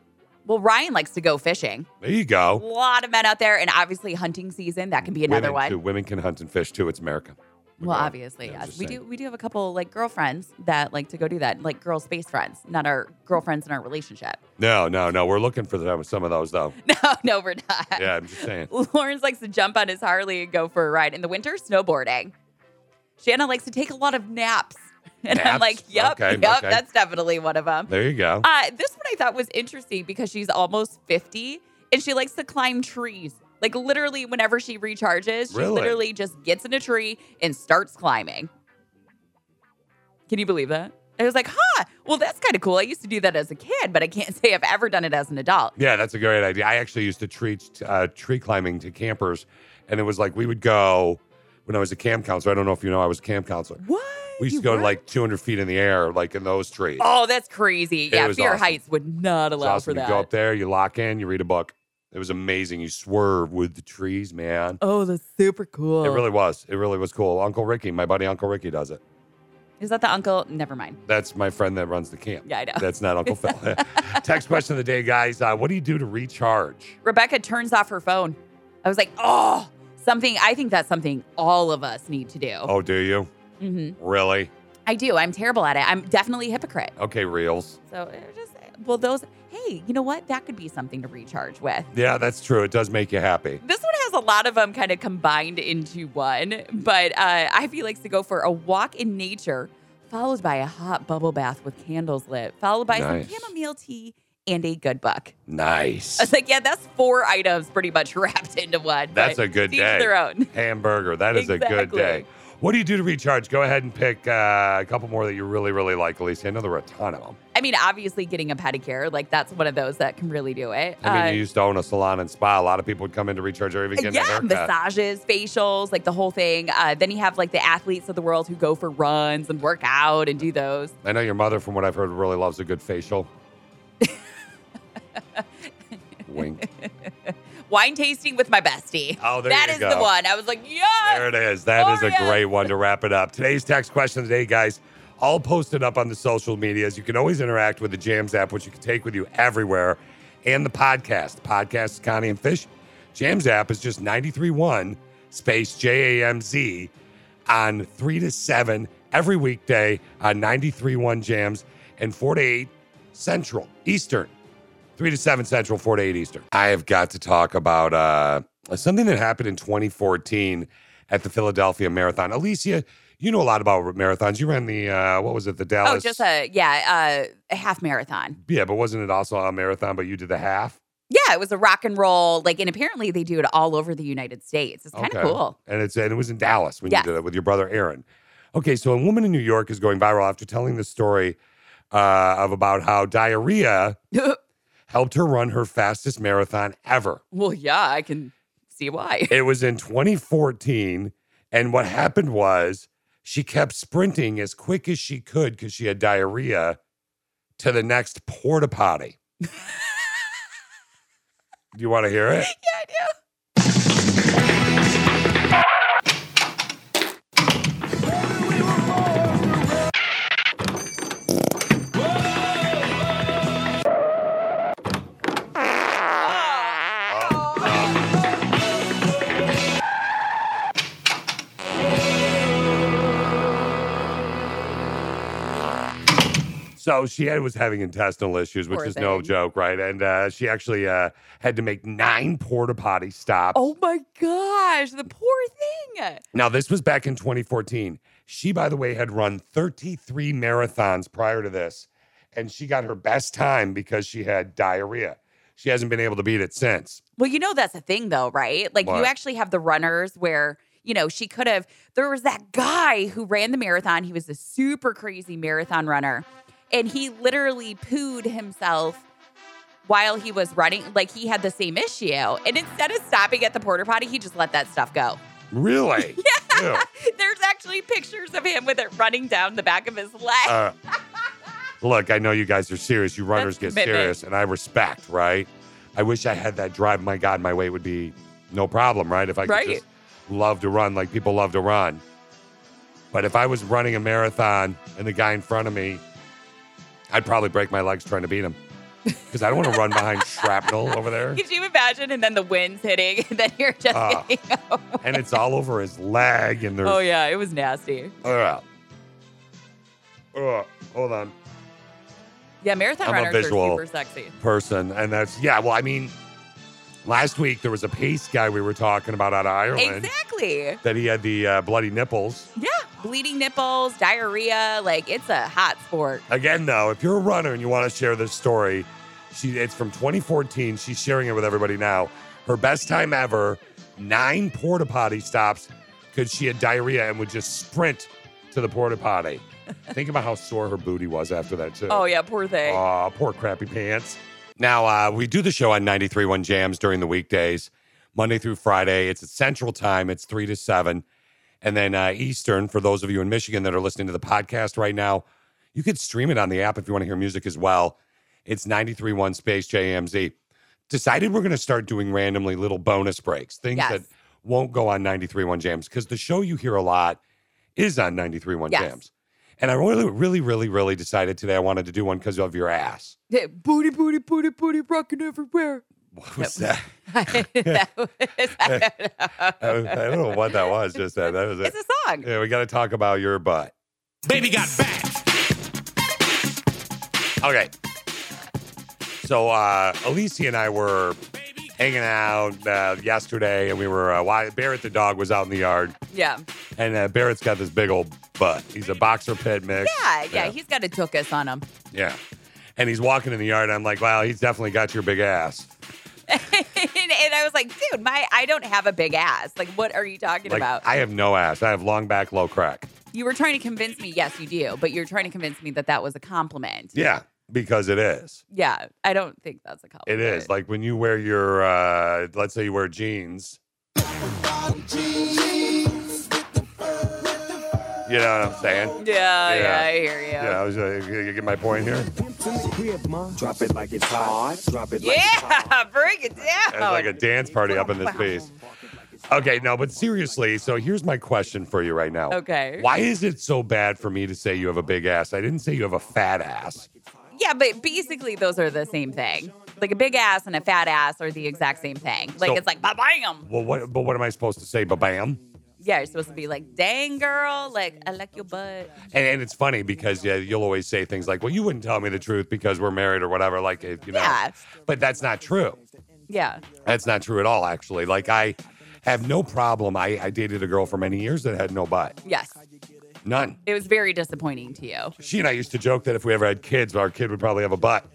Speaker 2: Well, Ryan likes to go fishing.
Speaker 1: There you
Speaker 2: A
Speaker 1: go.
Speaker 2: lot of men out there, and obviously hunting season. That can be another
Speaker 1: Women,
Speaker 2: one.
Speaker 1: Too. Women can hunt and fish too. It's America. We
Speaker 2: Well,
Speaker 1: got it.
Speaker 2: obviously,
Speaker 1: Yeah, I was
Speaker 2: yes.
Speaker 1: just
Speaker 2: We
Speaker 1: saying.
Speaker 2: do. We do have a couple like girlfriends that like to go do that, like girl space friends, not our girlfriends in our relationship.
Speaker 1: No, no, no. We're looking for them- some of those though.
Speaker 2: No, no, we're not.
Speaker 1: Yeah, I'm just saying.
Speaker 2: Lawrence likes to jump on his Harley and go for a ride in the winter, snowboarding. Shanna likes to take a lot of naps, and I'm
Speaker 1: Naps?
Speaker 2: like, yep,
Speaker 1: Okay,
Speaker 2: yep,
Speaker 1: okay.
Speaker 2: that's definitely one of them.
Speaker 1: There you go.
Speaker 2: Uh, this one I thought was interesting because she's almost 50 and she likes to climb trees. Like literally, whenever she recharges, she
Speaker 1: Really?
Speaker 2: literally just gets in a tree and starts climbing. Can you believe that? I was like, huh, well, that's kind of cool. I used to do that as a kid, but I can't say I've ever done it as an adult.
Speaker 1: Yeah, that's a great idea. I actually used to treat uh, tree climbing to campers, and it was like we would go when I was a camp counselor. I don't know if you know, I was a camp counselor.
Speaker 2: What?
Speaker 1: We used
Speaker 2: You
Speaker 1: to go
Speaker 2: were?
Speaker 1: like 200 feet in the air, like in those trees.
Speaker 2: oh, that's crazy.
Speaker 1: It
Speaker 2: Yeah,
Speaker 1: was
Speaker 2: Fear
Speaker 1: awesome.
Speaker 2: Heights would not
Speaker 1: It's
Speaker 2: allow
Speaker 1: awesome.
Speaker 2: for
Speaker 1: You
Speaker 2: that.
Speaker 1: go up there, you lock in, you read a book. It was amazing. You swerve with the trees, man.
Speaker 2: Oh, that's super cool.
Speaker 1: It really was. It really was cool. Uncle Ricky, my buddy Uncle Ricky does it.
Speaker 2: Is that the uncle? Never mind.
Speaker 1: That's my friend that runs the camp.
Speaker 2: Yeah, I know.
Speaker 1: That's not Uncle Phil. Text question of the day, guys. Uh, what do you do to recharge?
Speaker 2: Rebecca turns off her phone. I was like, oh, something. I think that's something all of us need to do.
Speaker 1: Oh, do you?
Speaker 2: Mhm.
Speaker 1: Really?
Speaker 2: I do. I'm terrible at it. I'm definitely a hypocrite.
Speaker 1: Okay, reels.
Speaker 2: So it just well, those. Hey, you know what? That could be something to recharge with.
Speaker 1: Yeah, that's true. It does make you happy.
Speaker 2: This one has a lot of them kind of combined into one. But uh, Ivy likes to go for a walk in nature, followed by a hot bubble bath with candles lit, followed by
Speaker 1: Nice.
Speaker 2: some chamomile tea and a good book.
Speaker 1: Nice.
Speaker 2: I was like, yeah, that's four items pretty much wrapped into one.
Speaker 1: That's
Speaker 2: but
Speaker 1: a good
Speaker 2: to each
Speaker 1: day.
Speaker 2: Their own.
Speaker 1: Hamburger. That is a good
Speaker 2: Exactly.
Speaker 1: day. What do you do to recharge? Go ahead and pick uh, a couple more that you really, really like, Elise. I know there were a ton of them.
Speaker 2: I mean, obviously, getting a pedicure, like that's one of those that can really do it.
Speaker 1: I mean,
Speaker 2: Uh,
Speaker 1: you used to own a salon and spa. A lot of people would come in to recharge or even get a
Speaker 2: yeah,
Speaker 1: haircut.
Speaker 2: massages, facials, like the whole thing. Uh, then you have like the athletes of the world who go for runs and work out and do those.
Speaker 1: I know your mother, from what I've heard, really loves a good facial. Wink.
Speaker 2: Wine tasting with my bestie.
Speaker 1: Oh, there
Speaker 2: That
Speaker 1: you
Speaker 2: is
Speaker 1: go.
Speaker 2: the one. I was like, yeah.
Speaker 1: There it is. That is
Speaker 2: Oh,
Speaker 1: a
Speaker 2: yeah.
Speaker 1: great one to wrap it up. Today's tax question today, guys, all posted up on the social medias. You can always interact with the Jams app, which you can take with you everywhere, and the podcast. The podcast is Connie and Fish. Jams app is just 93.1 space J A M Z on 3 to 7 every weekday on 93.1 Jams and 4 to 8 Central, Eastern. 3 to 7 Central, 4 to 8 Eastern. I have got to talk about uh, something that happened in 2014 at the Philadelphia Marathon. Alicia, you know a lot about marathons. You ran the, uh, what was it, the Dallas?
Speaker 2: Oh, just a yeah, uh, a half marathon.
Speaker 1: Yeah, but wasn't it also a marathon, but you did the half?
Speaker 2: Yeah, it was a rock and roll. Like, and apparently they do it all over the United States. It's kind of
Speaker 1: Okay.
Speaker 2: cool.
Speaker 1: And it's and it was in Dallas when
Speaker 2: Yes.
Speaker 1: you did it with your brother Aaron. Okay, so a woman in New York is going viral after telling the story uh, of about how diarrhea helped her run her fastest marathon ever.
Speaker 2: well, yeah, I can see why.
Speaker 1: It was in 2014, and what happened was she kept sprinting as quick as she could because she had diarrhea to the next porta potty. Do you want to hear it?
Speaker 2: yeah, I do.
Speaker 1: So she had, was having intestinal issues, which
Speaker 2: Poor
Speaker 1: is no
Speaker 2: thing.
Speaker 1: joke, right? And uh, she actually uh, had to make nine porta potty stops.
Speaker 2: Oh my gosh, the poor thing.
Speaker 1: Now, this was back in 2014. She, by the way, had run 33 marathons prior to this, and she got her best time because she had diarrhea. She hasn't been able to beat it since.
Speaker 2: Well, you know that's a thing though, right? Like
Speaker 1: What?
Speaker 2: you actually have the runners where you know she could have. There was that guy who ran the marathon. He was a super crazy marathon runner. and he literally pooed himself while he was running. Like he had the same issue. And instead of stopping at the porter potty, he just let that stuff go.
Speaker 1: Really? yeah.
Speaker 2: There's actually pictures of him with it running down the back of his leg.
Speaker 1: Uh, look, I know you guys are serious. You runners
Speaker 2: That's
Speaker 1: get
Speaker 2: commitment.
Speaker 1: serious, and I respect, right? I wish I had that drive. My God, my weight would be no problem, right? If I could
Speaker 2: Right.
Speaker 1: just love to run like people love to run. But if I was running a marathon and the guy in front of me, I'd probably break my legs trying to beat him because I don't want to run behind shrapnel over there.
Speaker 2: Could you imagine? And then the wind's hitting, and then you're just
Speaker 1: Oh.
Speaker 2: getting over.
Speaker 1: And it's all over his leg, and there's
Speaker 2: Oh yeah, it was nasty.
Speaker 1: Ugh. Ugh. hold on.
Speaker 2: Yeah, marathon
Speaker 1: I'm a
Speaker 2: runners
Speaker 1: visual.
Speaker 2: are super sexy.
Speaker 1: person. And that's, yeah, well, I mean, last week there was a pace guy we were talking about out of Ireland
Speaker 2: Exactly.
Speaker 1: that he had the uh, bloody nipples.
Speaker 2: Yeah, bleeding nipples, diarrhea, like it's a hot sport.
Speaker 1: Again, though, if you're a runner and you want to share this story, she it's from 2014. She's sharing it with everybody now. Her best time ever, nine porta potty stops because she had diarrhea and would just sprint to the porta potty. Think about how sore her booty was after that, too.
Speaker 2: Oh yeah, poor thing.
Speaker 1: Aw, poor crappy pants. Now, uh, we do the show on 93.1 Jams during the weekdays, Monday through Friday. It's at Central Time, it's 3 to 7. And then uh, Eastern, for those of you in Michigan that are listening to the podcast right now, you could stream it on the app if you want to hear music as well. It's 93.1 Space JMZ. Decided we're going to start doing randomly little bonus breaks, things
Speaker 2: Yes.
Speaker 1: that won't go on 93.1 Jams, because the show you hear a lot is on 93.1
Speaker 2: Yes.
Speaker 1: Jams. And I really, really, really, really decided today I wanted to do one because of your ass.
Speaker 2: Yeah, booty, booty, booty, booty, rocking everywhere.
Speaker 1: What was that?
Speaker 2: that was, I don't
Speaker 1: I,
Speaker 2: know.
Speaker 1: was- I don't know what that was just then. That was it.
Speaker 2: It's a song.
Speaker 1: Yeah, we got to talk about your butt.
Speaker 5: Baby got back.
Speaker 1: Okay. So uh, Alicia and I were hanging out uh, yesterday, and we were uh, wi- Barrett the dog was out in the yard,
Speaker 2: Yeah,
Speaker 1: and uh, Barrett's got this big old butt. He's a boxer pit mix.
Speaker 2: yeah, yeah. He's got a tuchus on him.
Speaker 1: yeah. And he's walking in the yard. And I'm like, wow, he's definitely got your big ass.
Speaker 2: and, and I was like, dude, my I don't have a big ass. Like, what are you talking
Speaker 1: Like,
Speaker 2: about?
Speaker 1: I have no ass. I have long back, low crack.
Speaker 2: you were trying to convince me. Yes, you do. But you're trying to convince me that that was a compliment.
Speaker 1: Yeah, because it is.
Speaker 2: Yeah, I don't think that's a
Speaker 1: It
Speaker 2: compliment.
Speaker 1: is. Like when you wear your, uh, let's say you wear jeans. You know what I'm saying?
Speaker 2: Yeah,
Speaker 1: Yeah.
Speaker 2: yeah, I hear you.
Speaker 1: Yeah, I was, uh, you you get my point here?
Speaker 5: Drop it like it's hot. Drop it
Speaker 2: Yeah, break it down.
Speaker 1: Oh, It's like a dance party up in this piece. Okay, no, but seriously, so here's my question for you right now.
Speaker 2: Okay.
Speaker 1: Why is it so bad for me to say you have a big ass? I didn't say you have a fat ass.
Speaker 2: yeah, but basically those are the same thing. Like a big ass and a fat ass are the exact same thing. Like
Speaker 1: So-
Speaker 2: it's like ba bam.
Speaker 1: Well, what? But what am I supposed to say? Ba bam.
Speaker 2: Yeah, you're supposed to be like, dang girl, like I like your butt.
Speaker 1: And, and it's funny because yeah, you'll always say things like, "Well, you wouldn't tell me the truth because we're married or whatever." Like, if, you know.
Speaker 2: Yeah.
Speaker 1: But that's not true.
Speaker 2: Yeah.
Speaker 1: That's not true at all. Actually, like I have no problem. I, I dated a girl for many years that had no butt,
Speaker 2: Yes.
Speaker 1: none.
Speaker 2: It was very disappointing to you.
Speaker 1: She and I used to joke that if we ever had kids, our kid would probably have a butt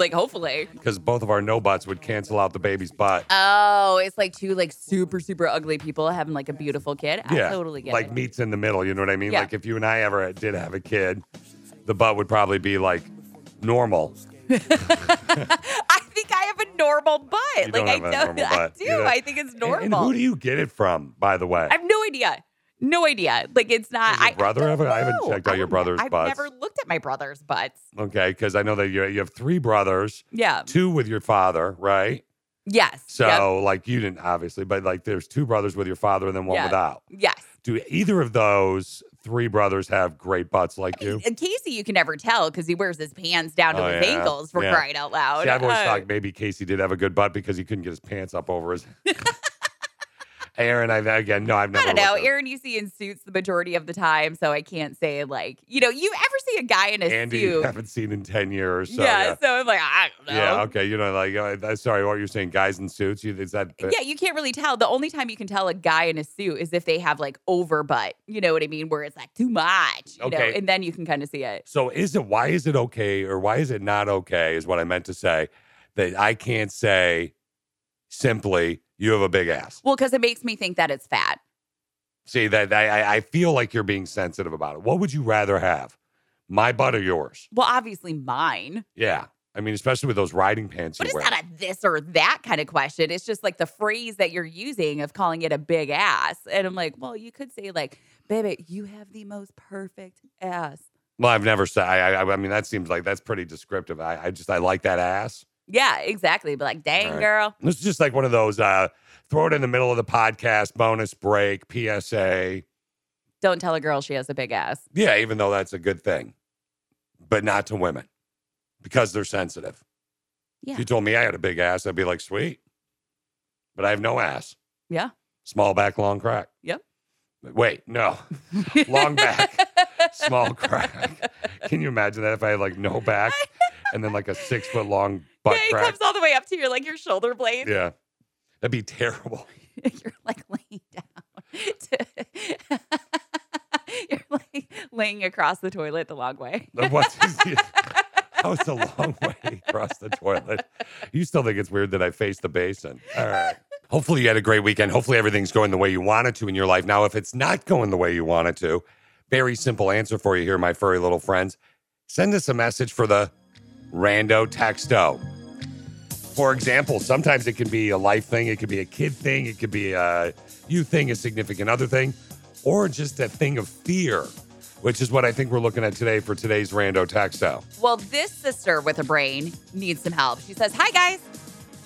Speaker 2: like hopefully.
Speaker 1: because both of our no butts would cancel out the baby's butt.
Speaker 2: Oh, it's like two like super, super ugly people having like a beautiful kid. I
Speaker 1: yeah,
Speaker 2: totally get
Speaker 1: like
Speaker 2: it.
Speaker 1: meets in the middle. You know what I mean?
Speaker 2: Yeah.
Speaker 1: Like if you and I ever did have a kid, the butt would probably be like normal.
Speaker 2: I think I have a normal butt.
Speaker 1: You
Speaker 2: like
Speaker 1: don't
Speaker 2: I
Speaker 1: have a
Speaker 2: don't
Speaker 1: normal
Speaker 2: I
Speaker 1: butt.
Speaker 2: do.
Speaker 1: You know-
Speaker 2: I think it's normal.
Speaker 1: And, and who do you get it from, by the way?
Speaker 2: I have no idea. No idea. Like it's not.
Speaker 1: Does your
Speaker 2: I-
Speaker 1: brother
Speaker 2: I,
Speaker 1: have
Speaker 2: don't
Speaker 1: a- I haven't
Speaker 2: know.
Speaker 1: checked out your
Speaker 2: don't-
Speaker 1: brother's
Speaker 2: I've
Speaker 1: butts.
Speaker 2: never looked at my brother's butts.
Speaker 1: okay, because I know that you you have three brothers,
Speaker 2: Yeah.
Speaker 1: two with your father, right?
Speaker 2: Yes.
Speaker 1: So
Speaker 2: Yep.
Speaker 1: like you didn't obviously, but like there's two brothers with your father and then one
Speaker 2: Yeah.
Speaker 1: without.
Speaker 2: Yes.
Speaker 1: Do either of those three brothers have great butts like you?
Speaker 2: And Casey, you can never tell because he wears his pants down to
Speaker 1: Oh,
Speaker 2: his
Speaker 1: yeah.
Speaker 2: ankles for
Speaker 1: Yeah.
Speaker 2: crying out loud.
Speaker 1: See, I've always
Speaker 2: Uh,
Speaker 1: thought maybe Casey did have a good butt because he couldn't get his pants up over his. Aaron, I again, no, I've never.
Speaker 2: I don't know.
Speaker 1: looked at-
Speaker 2: Aaron, you see in suits the majority of the time, so I can't say like you know. You ever see a guy in a
Speaker 1: Andy,
Speaker 2: suit?
Speaker 1: haven't seen in ten years. So,
Speaker 2: yeah, So I'm like, I don't know.
Speaker 1: yeah. Yeah, Okay. You know, like uh, uh, sorry, what you're saying, guys in suits. You, is that?
Speaker 2: yeah, you can't really tell. The only time you can tell a guy in a suit is if they have like over butt, you know what I mean, where it's like too much, you know,
Speaker 1: Okay.
Speaker 2: and then you can kind of see it.
Speaker 1: So is it? Why is it okay, or why is it not okay? Is what I meant to say. That I can't say simply you have a big ass.
Speaker 2: Well, because it makes me think that it's fat.
Speaker 1: See that I I- I feel like you're being sensitive about it. What would you rather have? My butt or yours?
Speaker 2: Well, obviously mine.
Speaker 1: Yeah. I mean, especially with those riding pants you
Speaker 2: But it's
Speaker 1: wear.
Speaker 2: not a this or that kind of question. It's just like the phrase that you're using of calling it a big ass. And I'm like, well, you could say like, baby, you have the most perfect ass.
Speaker 1: well, I've never said. I, I, I mean, that seems like that's pretty descriptive. I, I just I like that ass.
Speaker 2: Yeah, exactly. But like, dang
Speaker 1: Right.
Speaker 2: girl.
Speaker 1: This is just like one of those. Uh, throw it in the middle of the podcast, bonus break, PSA.
Speaker 2: Don't tell a girl she has a big ass.
Speaker 1: Yeah, even though that's a good thing, but not to women because they're sensitive.
Speaker 2: Yeah.
Speaker 1: If you told me I had a big ass, I'd be like, sweet. But I have no ass.
Speaker 2: Yeah.
Speaker 1: Small back, long crack.
Speaker 2: Yep.
Speaker 1: Wait, no. Long back, small crack. Can you imagine that if I had like no back and then like a six foot long butt
Speaker 2: yeah, it
Speaker 1: crack?
Speaker 2: comes all the way up to your like your shoulder blade.
Speaker 1: Yeah. That'd be terrible.
Speaker 2: you're like laying down. to- you're like laying across the toilet the long way.
Speaker 1: What's How it's a long way across the toilet. You still think it's weird that I face the basin. All right. Hopefully you had a great weekend. Hopefully everything's going the way you want it to in your life. Now, if it's not going the way you want it to, very simple answer for you here, my furry little friends. Send us a message for the rando texto. For example, sometimes it can be a life thing, it could be a kid thing, it could be a you thing, a significant other thing, or just a thing of fear, which is what I think we're looking at today for today's rando texto.
Speaker 2: Well, this sister with a brain needs some help. She says, Hi, guys.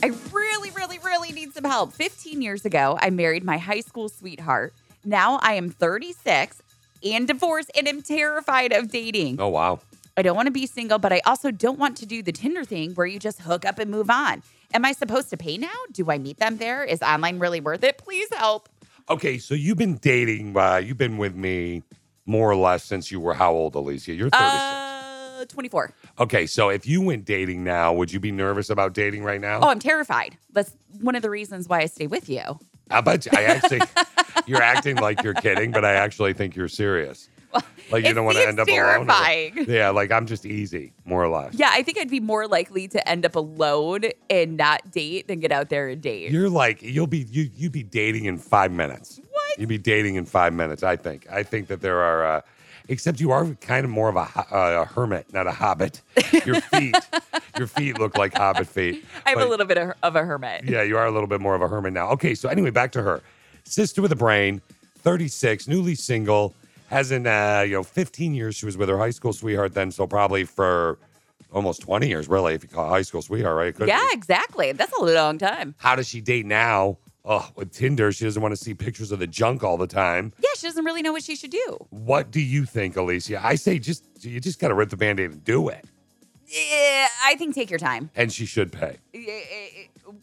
Speaker 2: I really, really, really need some help. 15 years ago, I married my high school sweetheart. Now I am 36 and divorced and am terrified of dating.
Speaker 1: Oh wow.
Speaker 2: I don't want to be single, but I also don't want to do the Tinder thing where you just hook up and move on. Am I supposed to pay now? Do I meet them there? Is online really worth it? Please help.
Speaker 1: Okay, so you've been dating. Uh, you've been with me more or less since you were how old, Alicia? You're 36.
Speaker 2: Uh, 24.
Speaker 1: okay, so if you went dating now, would you be nervous about dating right now?
Speaker 2: Oh, I'm terrified. That's one of the reasons why I stay with you.
Speaker 1: I bet you- I actually. you're acting like you're kidding, but I actually think you're serious. Like you
Speaker 2: it
Speaker 1: don't want to
Speaker 2: seems
Speaker 1: end up
Speaker 2: terrifying.
Speaker 1: alone. or- Yeah, like I'm just easy, more or less.
Speaker 2: Yeah, I think I'd be more likely to end up alone and not date than get out there and date.
Speaker 1: You're like you'll be you you'd be dating in five minutes. What? You'd be dating in five minutes. I think. I think that there are. Uh, except you are kind of more of a, ho- uh, a hermit, not a hobbit. Your feet, your feet look like hobbit feet.
Speaker 2: I have
Speaker 1: but-
Speaker 2: a little bit of, of a hermit.
Speaker 1: Yeah, you are a little bit more of a hermit now. Okay, so anyway, back to her. Sister with a brain, 36, newly single, hasn't uh, you know, 15 years she was with her high school sweetheart then, so probably for almost 20 years, really, if you call it high school sweetheart, right? It could
Speaker 2: Yeah,
Speaker 1: be.
Speaker 2: exactly. That's a long time.
Speaker 1: How does she date now? Oh, with Tinder, she doesn't want to see pictures of the junk all the time.
Speaker 2: Yeah, she doesn't really know what she should do.
Speaker 1: What do you think, Alicia? I say just you just gotta rip the band-aid and do it.
Speaker 2: Yeah, I think take your time.
Speaker 1: And she should pay.
Speaker 2: Eh, eh, eh,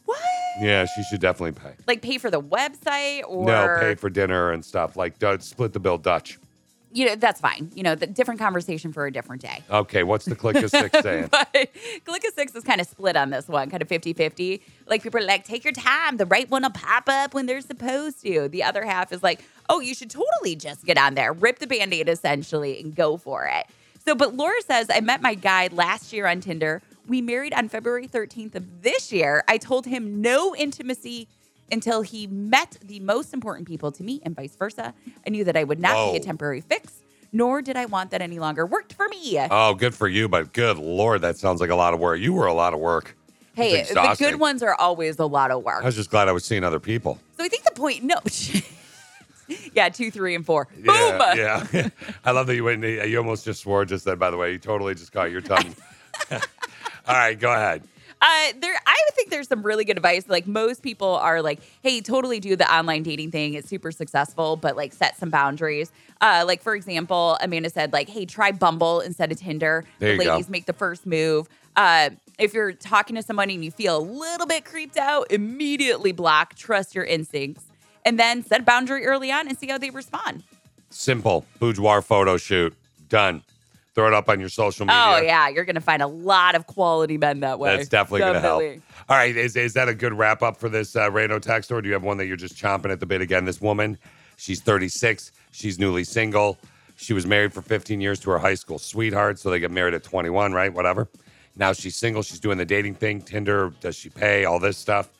Speaker 2: What?
Speaker 1: Yeah, she should definitely pay.
Speaker 2: Like pay for the website or
Speaker 1: No, pay for dinner and stuff. Like Dutch, split the bill, Dutch.
Speaker 2: you know that's fine. You know, the different conversation for a different day.
Speaker 1: Okay, what's the click of six saying?
Speaker 2: But Click of Six is kind of split on this one, kind of 50 50. Like, people are like, take your time. The right one will pop up when they're supposed to. The other half is like, oh, you should totally just get on there, rip the band aid essentially, and go for it. So, but Laura says, I met my guy last year on Tinder. We married on February 13th of this year. I told him no intimacy until he met the most important people to me and vice versa. I knew that I would not be
Speaker 1: Whoa.
Speaker 2: a temporary fix, nor did I want that any longer. Worked for me.
Speaker 1: Oh, good for you, but good lord, that sounds like a lot of work. You were a lot of work.
Speaker 2: Hey,
Speaker 1: It's
Speaker 2: the
Speaker 1: exhausting.
Speaker 2: good ones are always a lot of work.
Speaker 1: I was just glad I was seeing other people.
Speaker 2: so I think the point, no. yeah, two, three, and four. Boom.
Speaker 1: Yeah, yeah. I love that you went. and- You almost just swore just then. By the way, you totally just caught your tongue. All right, go ahead.
Speaker 2: Uh, there, I would think there's some really good advice. Like most people are like, "Hey, totally do the online dating thing. It's super successful, but like set some boundaries." Uh, like for example, Amanda said, "Like, hey, try Bumble instead of Tinder.
Speaker 1: There
Speaker 2: the
Speaker 1: you go.
Speaker 2: ladies make the first move." Uh, if you're talking to somebody and you feel a little bit creeped out, immediately block. Trust your instincts, and then set a boundary early on and see how they respond.
Speaker 1: Simple boudoir photo shoot. Done. Throw it up on your social media.
Speaker 2: Oh yeah, you're gonna find a lot of quality men that way.
Speaker 1: That's definitely, going to
Speaker 2: Definitely.
Speaker 1: help. All right, is, is that a good wrap up for this uh, rando text, or do you have one that you're just chomping at the bit again? This woman, she's 36, she's newly single, she was married for 15 years to her high school sweetheart, so they get married at 21, right? Whatever. Now she's single, she's doing the dating thing, Tinder, does she pay, all this stuff.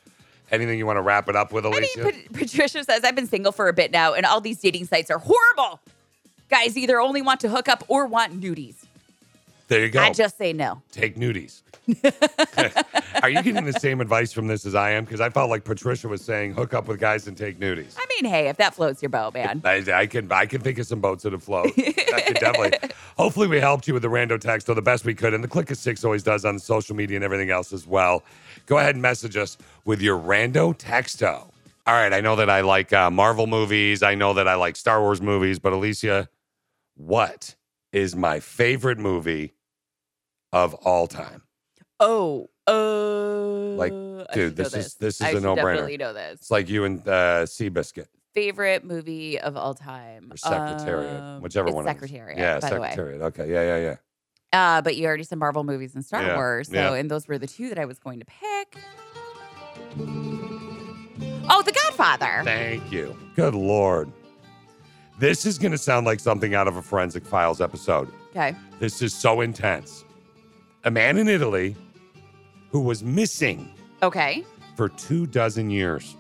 Speaker 1: Anything you want to wrap it up with,
Speaker 2: I mean,
Speaker 1: Alicia?
Speaker 2: Pat- Patricia says I've been single for a bit now, and all these dating sites are horrible. Guys either only want to hook up or want nudies.
Speaker 1: There you go.
Speaker 2: I just say no.
Speaker 1: Take nudies. Are you getting the same advice from this as I am? Because I felt like Patricia was saying, hook up with guys and take nudies.
Speaker 2: I mean, hey, if that floats your boat, man.
Speaker 1: I, I can I can think of some boats that have float. I could definitely. Hopefully, we helped you with the rando text, though the best we could, and the click of six always does on social media and everything else as well. Go ahead and message us with your rando texto. All right, I know that I like uh, Marvel movies. I know that I like Star Wars movies, but Alicia, what is my favorite movie of all time?
Speaker 2: Oh, uh,
Speaker 1: Like,
Speaker 2: I
Speaker 1: dude,
Speaker 2: should know
Speaker 1: this is- this is
Speaker 2: I
Speaker 1: a
Speaker 2: should
Speaker 1: no-brainer.
Speaker 2: Definitely know this.
Speaker 1: It's like you and uh, Seabiscuit
Speaker 2: Favorite movie of all time?
Speaker 1: or Secretariat,
Speaker 2: Um,
Speaker 1: whichever
Speaker 2: it's
Speaker 1: one. it is.
Speaker 2: Secretariat.
Speaker 1: Yeah,
Speaker 2: by
Speaker 1: Secretariat. Okay, yeah, yeah, yeah.
Speaker 2: The way. Uh, but you already said Marvel movies and Star
Speaker 1: Yeah,
Speaker 2: Wars, so
Speaker 1: yeah.
Speaker 2: and those were the two that I was going to pick. Oh, The Godfather.
Speaker 1: Thank you. Good Lord. This is going to sound like something out of a Forensic Files episode.
Speaker 2: Okay.
Speaker 1: This is so intense. A man in Italy who was missing
Speaker 2: Okay.
Speaker 1: for two dozen years.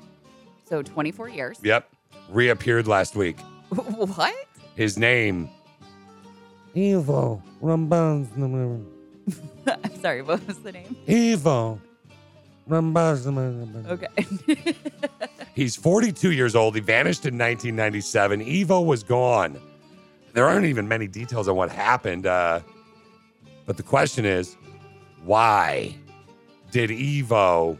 Speaker 2: So 24 years.
Speaker 1: Yep. Reappeared last week.
Speaker 2: what?
Speaker 1: His name. Ivo Rambaz.
Speaker 2: I'm sorry. What was the name?
Speaker 1: Ivo Rambaz.
Speaker 2: Okay.
Speaker 1: He's 42 years old. He vanished in 1997. Evo was gone. There aren't even many details on what happened. Uh, but the question is why did Evo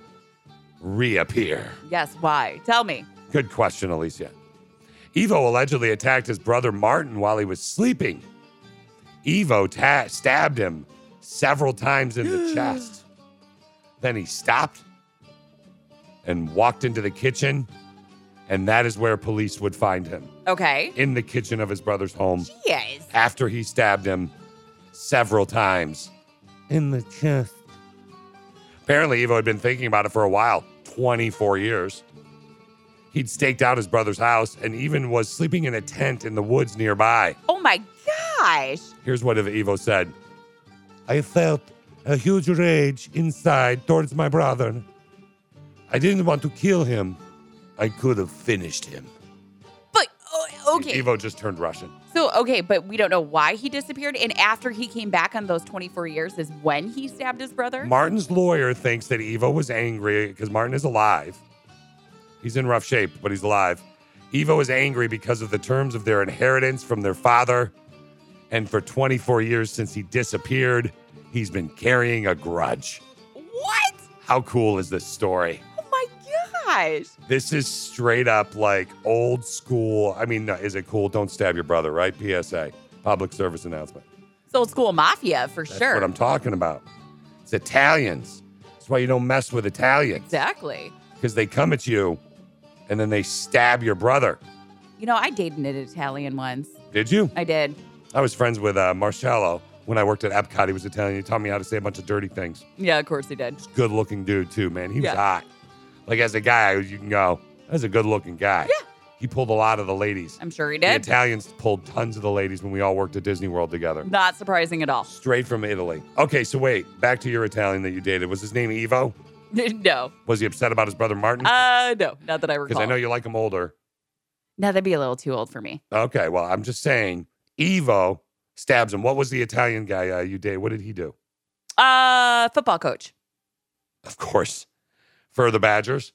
Speaker 1: reappear?
Speaker 2: yes. Why? Tell me.
Speaker 1: Good question, Alicia. Evo allegedly attacked his brother Martin while he was sleeping. Evo ta- stabbed him several times in the chest. Then he stopped and walked into the kitchen, and that is where police would find him
Speaker 2: Okay.
Speaker 1: in the kitchen of his brother's home
Speaker 2: Yes.
Speaker 1: after he stabbed him several times in the chest. Apparently, Evo had been thinking about it for a while 24 years. He'd staked out his brother's house and even was sleeping in a tent in the woods nearby.
Speaker 2: Oh my gosh.
Speaker 1: Here's what Evo said I felt a huge rage inside towards my brother. I didn't want to kill him. I could have finished him.
Speaker 2: But oh, okay.
Speaker 1: Evo just turned Russian.
Speaker 2: So okay, but we don't know why he disappeared. And after he came back on those 24 years is when he stabbed his brother.
Speaker 1: Martin's lawyer thinks that Evo was angry because Martin is alive. He's in rough shape, but he's alive. Evo is angry because of the terms of their inheritance from their father. And for 24 years since he disappeared, he's been carrying a grudge.
Speaker 2: what?
Speaker 1: How cool is this story?
Speaker 2: Oh my gosh.
Speaker 1: This is straight up like old school. I mean, is it cool? Don't stab your brother, right? PSA, public service announcement.
Speaker 2: It's old school mafia for
Speaker 1: That's
Speaker 2: sure.
Speaker 1: what I'm talking about. It's Italians. That's why you don't mess with Italians.
Speaker 2: exactly.
Speaker 1: because they come at you and then they stab your brother.
Speaker 2: You know, I dated an Italian once.
Speaker 1: Did you?
Speaker 2: I did.
Speaker 1: I was friends with uh, Marcello when I worked at Epcot. He was Italian. He taught me how to say a bunch of dirty things.
Speaker 2: Yeah, of course he did.
Speaker 1: Good looking dude, too, man. He was
Speaker 2: Yeah.
Speaker 1: hot. Like, as a guy, you can go, that's a good looking guy. Yeah. He pulled a lot of the ladies.
Speaker 2: I'm sure he
Speaker 1: The
Speaker 2: did.
Speaker 1: Italians pulled tons of the ladies when we all worked at Disney World together.
Speaker 2: Not surprising at all.
Speaker 1: Straight from Italy. Okay, so wait, back to your Italian that you dated. Was his name Evo?
Speaker 2: no.
Speaker 1: Was he upset about his brother Martin?
Speaker 2: Uh no, not that I recall.
Speaker 1: Because I know you like him older.
Speaker 2: No, that'd be a little too old for me.
Speaker 1: Okay, well, I'm just saying, Evo stabs him. What was the Italian guy uh, you dated? What did he do?
Speaker 2: Uh football coach.
Speaker 1: Of course, for the Badgers.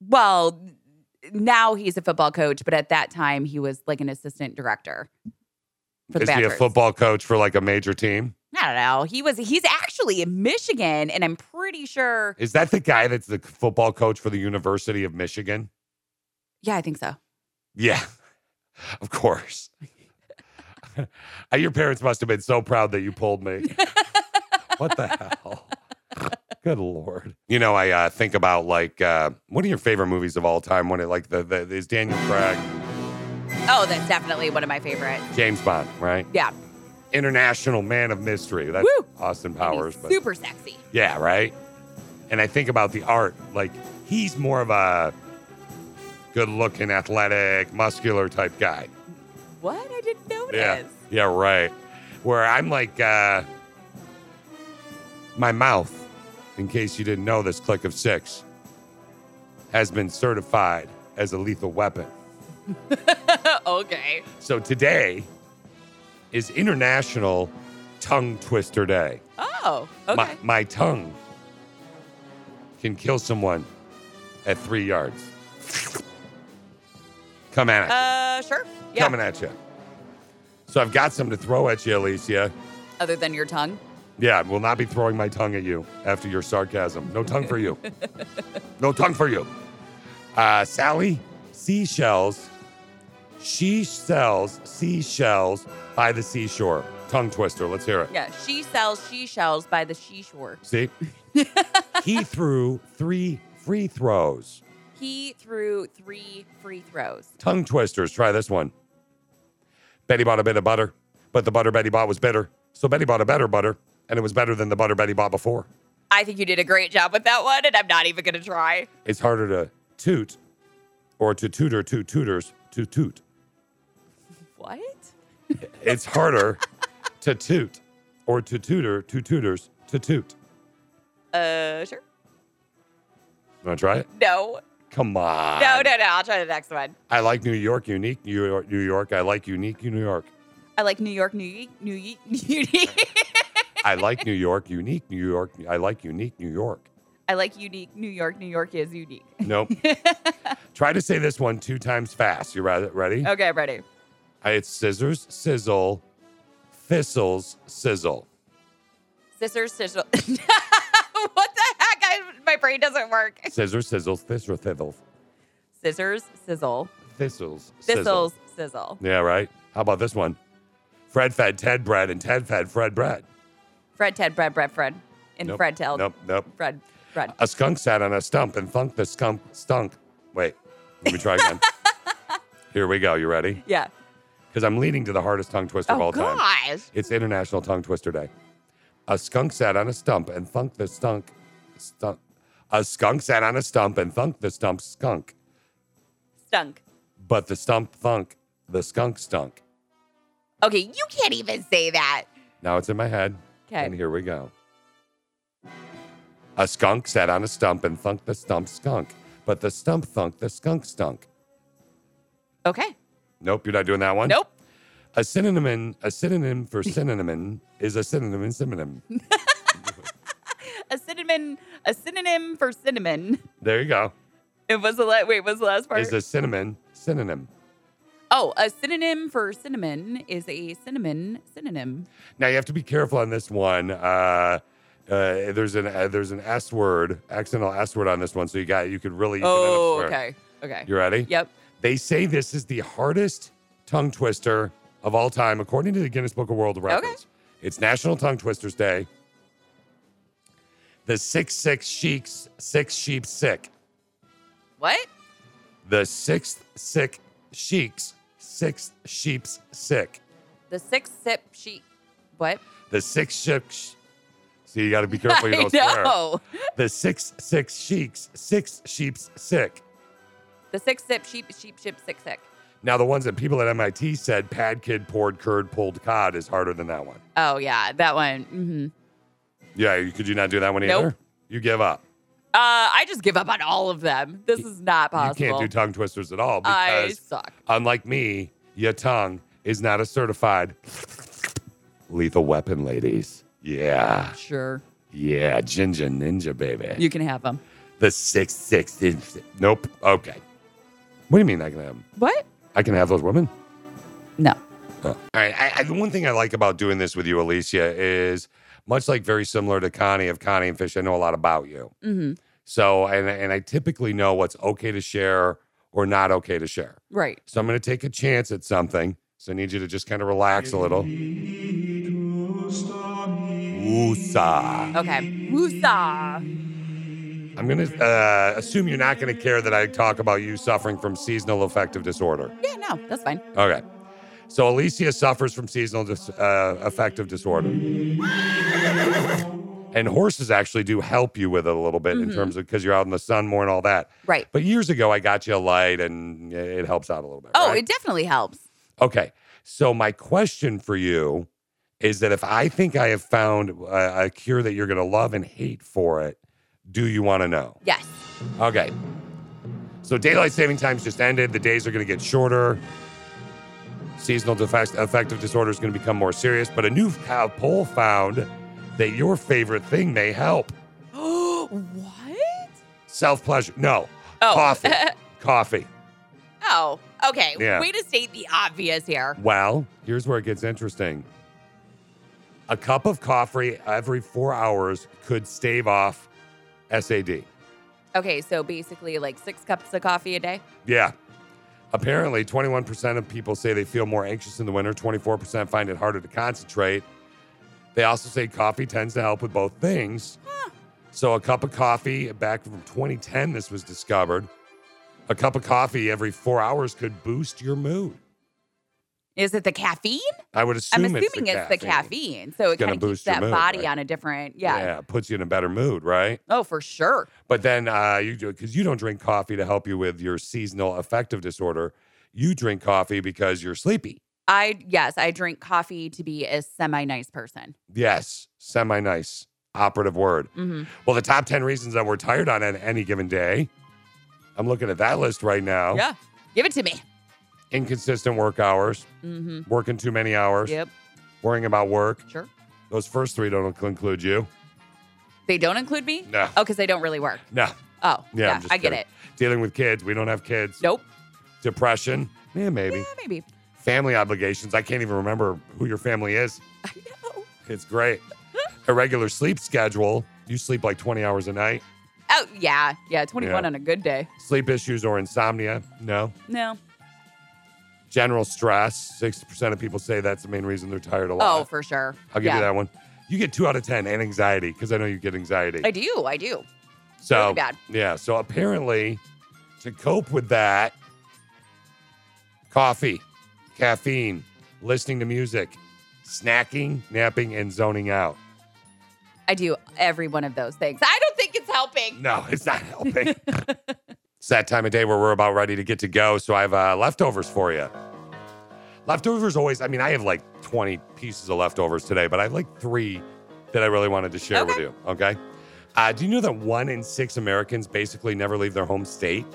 Speaker 2: Well, now he's a football coach, but at that time he was like an assistant director for the
Speaker 1: Is he a
Speaker 2: Badgers.
Speaker 1: football coach for like a major team?
Speaker 2: I don't know. He was he's actually in Michigan, and I'm pretty sure.
Speaker 1: Is that the guy that's the football coach for the University of Michigan?
Speaker 2: Yeah, I think so.
Speaker 1: Yeah, of course. Your parents must have been so proud that you pulled me. what the hell? Good lord. You know, I uh, think about like uh, what are your favorite movies of all time? When it like the, the is Daniel Craig,
Speaker 2: Oh, that's definitely one of my favorites.
Speaker 1: James Bond, right?
Speaker 2: Yeah,
Speaker 1: international man of mystery. That's
Speaker 2: Woo!
Speaker 1: Austin
Speaker 2: and he's
Speaker 1: Powers. But
Speaker 2: super sexy.
Speaker 1: yeah, right. And I think about the art. Like he's more of a good-looking, athletic, muscular type guy.
Speaker 2: What I didn't notice.
Speaker 1: Yeah, yeah, right. Where I'm like uh, my mouth. In case you didn't know, this click of six has been certified as a lethal weapon.
Speaker 2: okay.
Speaker 1: So today is International tongue twister day.
Speaker 2: Oh, okay.
Speaker 1: My, my tongue can kill someone at three yards. Come at it.
Speaker 2: uh, sure. Yeah.
Speaker 1: Coming at you. So I've got some to throw at you, Alicia.
Speaker 2: Other than your tongue.
Speaker 1: Yeah, I will not be throwing my tongue at you after your sarcasm. No tongue for you. no tongue for you. Uh, Sally, seashells. She sells seashells by the seashore. Tongue twister. Let's hear it.
Speaker 2: Yeah. She sells she shells by the seashore.
Speaker 1: See? he threw three free throws.
Speaker 2: He threw three free throws.
Speaker 1: Tongue twisters. Try this one. Betty bought a bit of butter, but the butter Betty bought was bitter. So Betty bought a better butter, and it was better than the butter Betty bought before.
Speaker 2: I think you did a great job with that one, and I'm not even gonna try.
Speaker 1: It's harder to toot or to tutor two tutors to toot.
Speaker 2: What?
Speaker 1: It's harder to toot or to tutor two tutors to toot.
Speaker 2: Uh, sure.
Speaker 1: You want to try it?
Speaker 2: No.
Speaker 1: Come on.
Speaker 2: No, no, no. I'll try the next one.
Speaker 1: I like New York, unique New York, New York. I like unique New York.
Speaker 2: I like New York, New York, New York, New York.
Speaker 1: I like New York, unique New York. I like unique New York.
Speaker 2: I like unique. New York, New York is unique.
Speaker 1: Nope. Try to say this one two times fast. You ra- ready?
Speaker 2: Okay, I'm ready.
Speaker 1: Uh, It's scissors, sizzle, thistles, sizzle.
Speaker 2: Scissors, sizzle. what the heck? I, my brain doesn't work.
Speaker 1: Scissors, sizzles, thistles, thistles,
Speaker 2: Scissors, sizzle.
Speaker 1: thistles, sizzle.
Speaker 2: Thistles, sizzle.
Speaker 1: Yeah, right. How about this one? Fred fed Ted bread, and Ted fed Fred bread.
Speaker 2: Fred, Ted, Fred, Fred, Fred. And
Speaker 1: Nope,
Speaker 2: Fred tell.
Speaker 1: Nope, Uh, nope.
Speaker 2: Fred, Fred.
Speaker 1: A skunk sat on a stump and thunked the skunk stunk. Wait, let me try again. Here we go. You ready?
Speaker 2: yeah.
Speaker 1: Because I'm leading to the hardest tongue twister of
Speaker 2: Oh,
Speaker 1: all time.
Speaker 2: gosh.
Speaker 1: It's International Tongue Twister Day. A skunk sat on a stump and thunked the stunk. Stunk. A skunk sat on a stump and thunked the stump skunk.
Speaker 2: Stunk.
Speaker 1: But the stump thunk, the skunk stunk.
Speaker 2: Okay, you can't even say that.
Speaker 1: Now it's in my head.
Speaker 2: 'Kay.
Speaker 1: And here we go. A skunk sat on a stump and thunked the stump skunk. But the stump thunk, the skunk stunk.
Speaker 2: Okay.
Speaker 1: Nope, you're not doing that one.
Speaker 2: Nope.
Speaker 1: A synonym, a synonym for synonym is a synonym and synonym.
Speaker 2: A cinnamon, a synonym for cinnamon.
Speaker 1: There you go.
Speaker 2: It was the la- wait, was the last part?
Speaker 1: Is a cinnamon synonym.
Speaker 2: oh, a synonym for cinnamon is a cinnamon synonym.
Speaker 1: Now you have to be careful on this one. Uh, uh, there's an uh, there's an S word, accidental S word on this one, so you got you could really. You could end up
Speaker 2: Oh,
Speaker 1: swearing.
Speaker 2: okay. Okay.
Speaker 1: You ready?
Speaker 2: yep.
Speaker 1: They say this is the hardest tongue twister of all time, according to the Guinness Book of World Records. It's National Tongue Twisters Day. The six six sheiks six sheep sick.
Speaker 2: What?
Speaker 1: The sixth sick sheiks six sheeps sick.
Speaker 2: The six sip sheet. What?
Speaker 1: The six ships. See, you got to be careful. You
Speaker 2: I
Speaker 1: don't swear.
Speaker 2: know.
Speaker 1: the six six sheiks, six sheeps sick.
Speaker 2: The six sip sheep sheep ship sick sick.
Speaker 1: Now the ones that people at MIT said pad kid poured curd pulled cod is harder than that one.
Speaker 2: Oh yeah, that one. hmm
Speaker 1: Yeah, you- could you not do that one either?
Speaker 2: Nope.
Speaker 1: You give up.
Speaker 2: Uh, I just give up on all of them. This is not possible.
Speaker 1: You can't do tongue twisters at all
Speaker 2: I
Speaker 1: because
Speaker 2: suck.
Speaker 1: unlike me, your tongue is not a certified lethal weapon, ladies. Yeah,
Speaker 2: Sure,
Speaker 1: yeah, ginger ninja baby.
Speaker 2: you can have them.
Speaker 1: the six six. is- Nope. Okay. What do you mean I can have? 'em?
Speaker 2: What?
Speaker 1: I can have those women.
Speaker 2: No.
Speaker 1: All right. I, I, the one thing I like about doing this with you, Alicia, is much like very similar to Connie of Connie and Fish, I know a lot about you.
Speaker 2: Mm-hmm.
Speaker 1: So, and, and I typically know what's okay to share or not okay to share.
Speaker 2: Right.
Speaker 1: So I'm going to take a chance at something. So I need you to just kind of relax a little. Woosah.
Speaker 2: Okay. Woosah.
Speaker 1: I'm going to uh, assume you're not going to care that I talk about you suffering from seasonal affective disorder.
Speaker 2: Yeah, no, that's fine.
Speaker 1: Okay. So Alicia suffers from seasonal dis- uh, affective disorder. and horses actually do help you with it a little bit in terms of because you're out in the sun more and all that.
Speaker 2: Mm-hmm. Right.
Speaker 1: But years ago, I got you a light and it helps out a little bit.
Speaker 2: Oh,
Speaker 1: right?
Speaker 2: it definitely helps.
Speaker 1: Okay. So my question for you is that if I think I have found a, a cure that you're going to love and hate for it, do you want to know?
Speaker 2: Yes.
Speaker 1: Okay. So daylight saving times just ended. The days are going to get shorter. Seasonal defect- affective disorder is going to become more serious, but a new cow poll found that your favorite thing may help
Speaker 2: what?
Speaker 1: self pleasure. No,
Speaker 2: Oh.
Speaker 1: coffee. coffee.
Speaker 2: Oh, okay.
Speaker 1: Yeah.
Speaker 2: Way to state the obvious here.
Speaker 1: Well, here's where it gets interesting. A cup of coffee every four hours could stave off SAD.
Speaker 2: Okay, so basically like six cups of coffee a day.
Speaker 1: Yeah. Apparently, 21% of people say they feel more anxious in the winter, 24% find it harder to concentrate. They also say coffee tends to help with both things. So, a cup of coffee back from 2010, this was discovered. A cup of coffee every four hours could boost your mood.
Speaker 2: Is it the caffeine?
Speaker 1: I would assume
Speaker 2: I'm
Speaker 1: it's the
Speaker 2: assuming it's the caffeine. So it
Speaker 1: gonna
Speaker 2: kind of keeps
Speaker 1: boost your
Speaker 2: that
Speaker 1: mood,
Speaker 2: body
Speaker 1: right?
Speaker 2: on a different, yeah.
Speaker 1: yeah, it puts you in a better mood, right?
Speaker 2: Oh, for sure.
Speaker 1: But then uh, you do because you don't drink coffee to help you with your seasonal affective disorder. You drink coffee because you're sleepy.
Speaker 2: I yes, I drink coffee to be a semi nice person.
Speaker 1: Yes, semi nice operative word.
Speaker 2: hmm
Speaker 1: Well, the top ten reasons that we're tired on at any given day. I'm looking at that list right now.
Speaker 2: Yeah, give it to me.
Speaker 1: Inconsistent work hours,
Speaker 2: hmm
Speaker 1: working too many hours,
Speaker 2: Yep,
Speaker 1: worrying about work.
Speaker 2: sure.
Speaker 1: Those first three don't include you.
Speaker 2: They don't include me.
Speaker 1: No.
Speaker 2: Oh, because they don't really work.
Speaker 1: No.
Speaker 2: Oh,
Speaker 1: Yeah,
Speaker 2: yeah,
Speaker 1: I'm just
Speaker 2: I get
Speaker 1: kidding.
Speaker 2: it.
Speaker 1: Dealing with kids. We don't have kids.
Speaker 2: Nope.
Speaker 1: Depression. Yeah, maybe.
Speaker 2: Yeah, maybe.
Speaker 1: Family obligations. I can't even remember who your family is.
Speaker 2: I know.
Speaker 1: It's great. Irregular sleep schedule. You sleep like 20 hours a night.
Speaker 2: Oh yeah, yeah. Twenty one
Speaker 1: Yeah.
Speaker 2: on a good day.
Speaker 1: Sleep issues or insomnia. No.
Speaker 2: No.
Speaker 1: General stress. 60% of people say that's the main reason they're tired a lot.
Speaker 2: Oh, for sure.
Speaker 1: I'll give you that one. You get two out of 10 and anxiety because I know you get anxiety.
Speaker 2: I do. I do.
Speaker 1: so,
Speaker 2: really bad.
Speaker 1: yeah. So, apparently, to cope with that, coffee, caffeine, listening to music, snacking, napping, and zoning out.
Speaker 2: I do every one of those things. I don't think it's helping.
Speaker 1: No, it's not helping. it's that time of day where we're about ready to get to go. So I have uh, leftovers for you. Leftovers always, I mean, I have like 20 pieces of leftovers today, but I have like three that I really wanted to share with
Speaker 2: Okay.
Speaker 1: you. Okay. Uh, do you know that one in six Americans basically never leave their home state?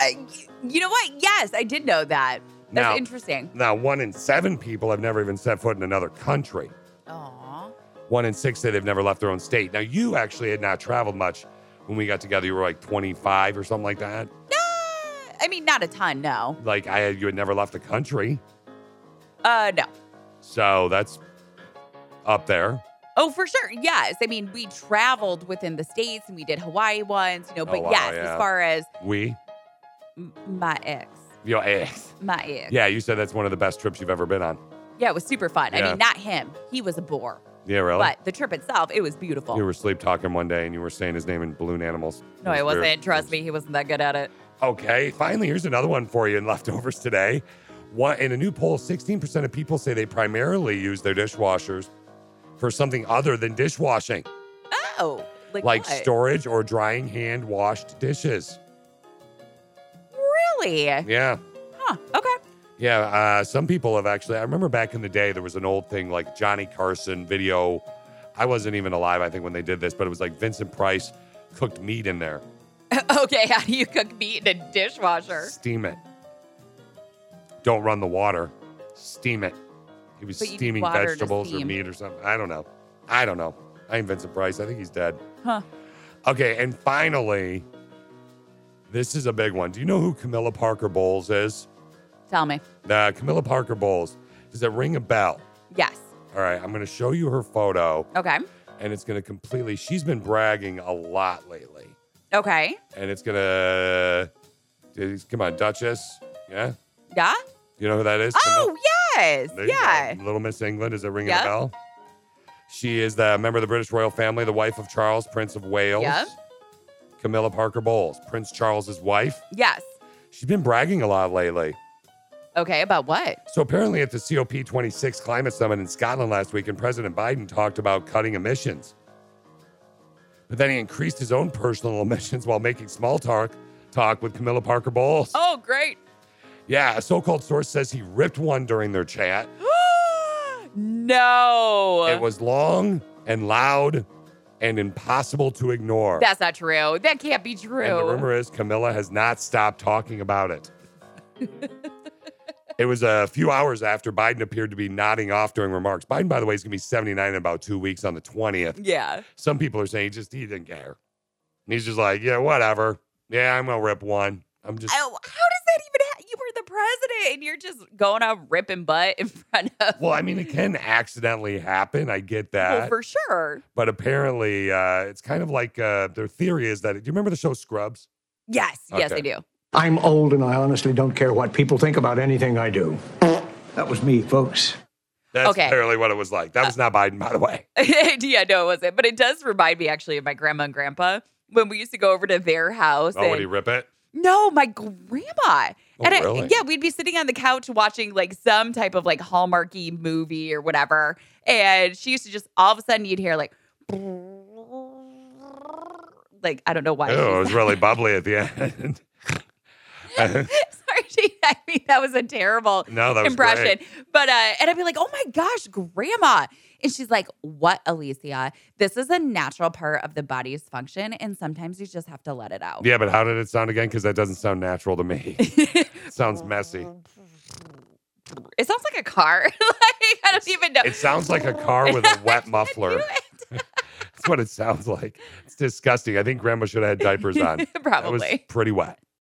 Speaker 2: I- Uh, you know what? Yes, I did know that. That's
Speaker 1: Now-
Speaker 2: interesting.
Speaker 1: Now, one in seven people have never even set foot in another country.
Speaker 2: Aw.
Speaker 1: One in six say they've never left their own state. Now, you actually had not traveled much when we got together. You were like 25 or something like that.
Speaker 2: No, I mean not a ton. No.
Speaker 1: Like, I had, you had never left the country.
Speaker 2: Uh, no.
Speaker 1: So that's up there.
Speaker 2: Oh, for sure. Yes. I mean, we traveled within the states and we did Hawaii once, you know, but
Speaker 1: Oh, wow,
Speaker 2: yes,
Speaker 1: yeah.
Speaker 2: as far as
Speaker 1: We,
Speaker 2: m- my ex,
Speaker 1: your ex.
Speaker 2: my ex.
Speaker 1: Yeah, you said that's one of the best trips you've ever been on.
Speaker 2: Yeah, it was super fun. I
Speaker 1: Yeah. Oh.
Speaker 2: mean, not him. He was a bore.
Speaker 1: Yeah, really?
Speaker 2: But the trip itself, it was beautiful.
Speaker 1: you were sleep talking one day and you were saying his name in balloon animals. It
Speaker 2: no, I
Speaker 1: was
Speaker 2: wasn't.
Speaker 1: weird.
Speaker 2: Trust me, he wasn't that good at it.
Speaker 1: Okay, finally, here's another one for you in leftovers today. What in a new poll, 16% of people say they primarily use their dishwashers for something other than dishwashing,
Speaker 2: Oh, like,
Speaker 1: like
Speaker 2: what?
Speaker 1: storage or drying hand washed dishes.
Speaker 2: Really?
Speaker 1: Yeah.
Speaker 2: Huh. Okay.
Speaker 1: Yeah, uh, some people have actually. I remember back in the day, there was an old thing like Johnny Carson video. I wasn't even alive, I think, when they did this, but it was like Vincent Price cooked meat in there,
Speaker 2: okay. How do you cook meat in a dishwasher?
Speaker 1: steam it. Don't run the water, steam it. He was
Speaker 2: But you need
Speaker 1: steaming
Speaker 2: water to
Speaker 1: vegetables or
Speaker 2: steam.
Speaker 1: meat or something. I don't know. I don't know. I ain't Vincent Price. I think he's dead.
Speaker 2: Huh.
Speaker 1: Okay, and finally, this is a big one. Do you know who Camilla Parker Bowles is?
Speaker 2: Tell me.
Speaker 1: Uh, Camilla Parker Bowles. Does it ring a bell?
Speaker 2: Yes.
Speaker 1: All right, I'm going to show you her photo,
Speaker 2: Okay.
Speaker 1: and it's going to completely. She's been bragging a lot lately,
Speaker 2: Okay.
Speaker 1: and it's going to. Come on, Duchess. Yeah,
Speaker 2: Yeah.
Speaker 1: you know who that is?
Speaker 2: Oh, yes.
Speaker 1: There you go.
Speaker 2: Yeah.
Speaker 1: Little Miss England. Is it ringing
Speaker 2: Yep.
Speaker 1: a bell? She is the member of the British royal family, the wife of Charles, Prince of Wales.
Speaker 2: Yep.
Speaker 1: Camilla Parker Bowles, Prince Charles's wife.
Speaker 2: Yes.
Speaker 1: She's been bragging a lot lately.
Speaker 2: Okay. About what?
Speaker 1: So apparently, at the COP26 climate summit in Scotland last week, and President Biden talked about cutting emissions, but then he increased his own personal emissions while making small talk talk with Camilla Parker Bowles.
Speaker 2: Oh, great.
Speaker 1: Yeah, a so-called source says he ripped one during their chat.
Speaker 2: no.
Speaker 1: It was long and loud and impossible to ignore.
Speaker 2: That's not true. That can't be true.
Speaker 1: And the rumor is Camilla has not stopped talking about it. It was a few hours after Biden appeared to be nodding off during remarks. Biden, by the way, is going to be 79 in about two weeks on the 20th.
Speaker 2: Yeah.
Speaker 1: Some people are saying he just he didn't care. And he's just like, yeah, whatever. Yeah, I'm going to rip one. I'm just.
Speaker 2: Oh, how does that even ha- You were the president and you're just going out ripping butt in front of.
Speaker 1: well, I mean, it can accidentally happen. I get that.
Speaker 2: Well, for sure.
Speaker 1: but apparently, uh, it's kind of like uh, their theory is that. Do you remember the show Scrubs?
Speaker 2: Yes. Yes,
Speaker 1: Okay.
Speaker 2: I do.
Speaker 5: I'm old and I honestly don't care what people think about anything I do. That was me, folks.
Speaker 1: That's
Speaker 2: Okay. Uh,
Speaker 1: apparently what it was like. That was not Biden, by the way.
Speaker 2: yeah, no, it wasn't. But it does remind me actually of my grandma and grandpa when we used to go over to their house.
Speaker 1: Oh, would
Speaker 2: and-
Speaker 1: he rip it?
Speaker 2: No, my grandma.
Speaker 1: Oh,
Speaker 2: and I,
Speaker 1: really?
Speaker 2: yeah, we'd be sitting on the couch watching like some type of like Hallmarky movie or whatever. And she used to just all of a sudden you'd hear like, like I don't know why. she
Speaker 1: Oh, it
Speaker 2: was-
Speaker 1: was really bubbly at the end.
Speaker 2: Sorry, Jane, I mean that was a terrible
Speaker 1: No, that was
Speaker 2: impression.
Speaker 1: great.
Speaker 2: But uh, and I'd be like, oh my gosh, grandma. And she's like, what, Alicia? This is a natural part of the body's function, and sometimes you just have to let it out.
Speaker 1: Yeah, but how did it sound again? Because that doesn't sound natural to me. It sounds messy.
Speaker 2: It sounds like a car. like I don't even know.
Speaker 1: It sounds like a car with a wet muffler. That's what it sounds like. It's disgusting. I think grandma should have had diapers on. That was
Speaker 2: Probably.
Speaker 1: pretty wet.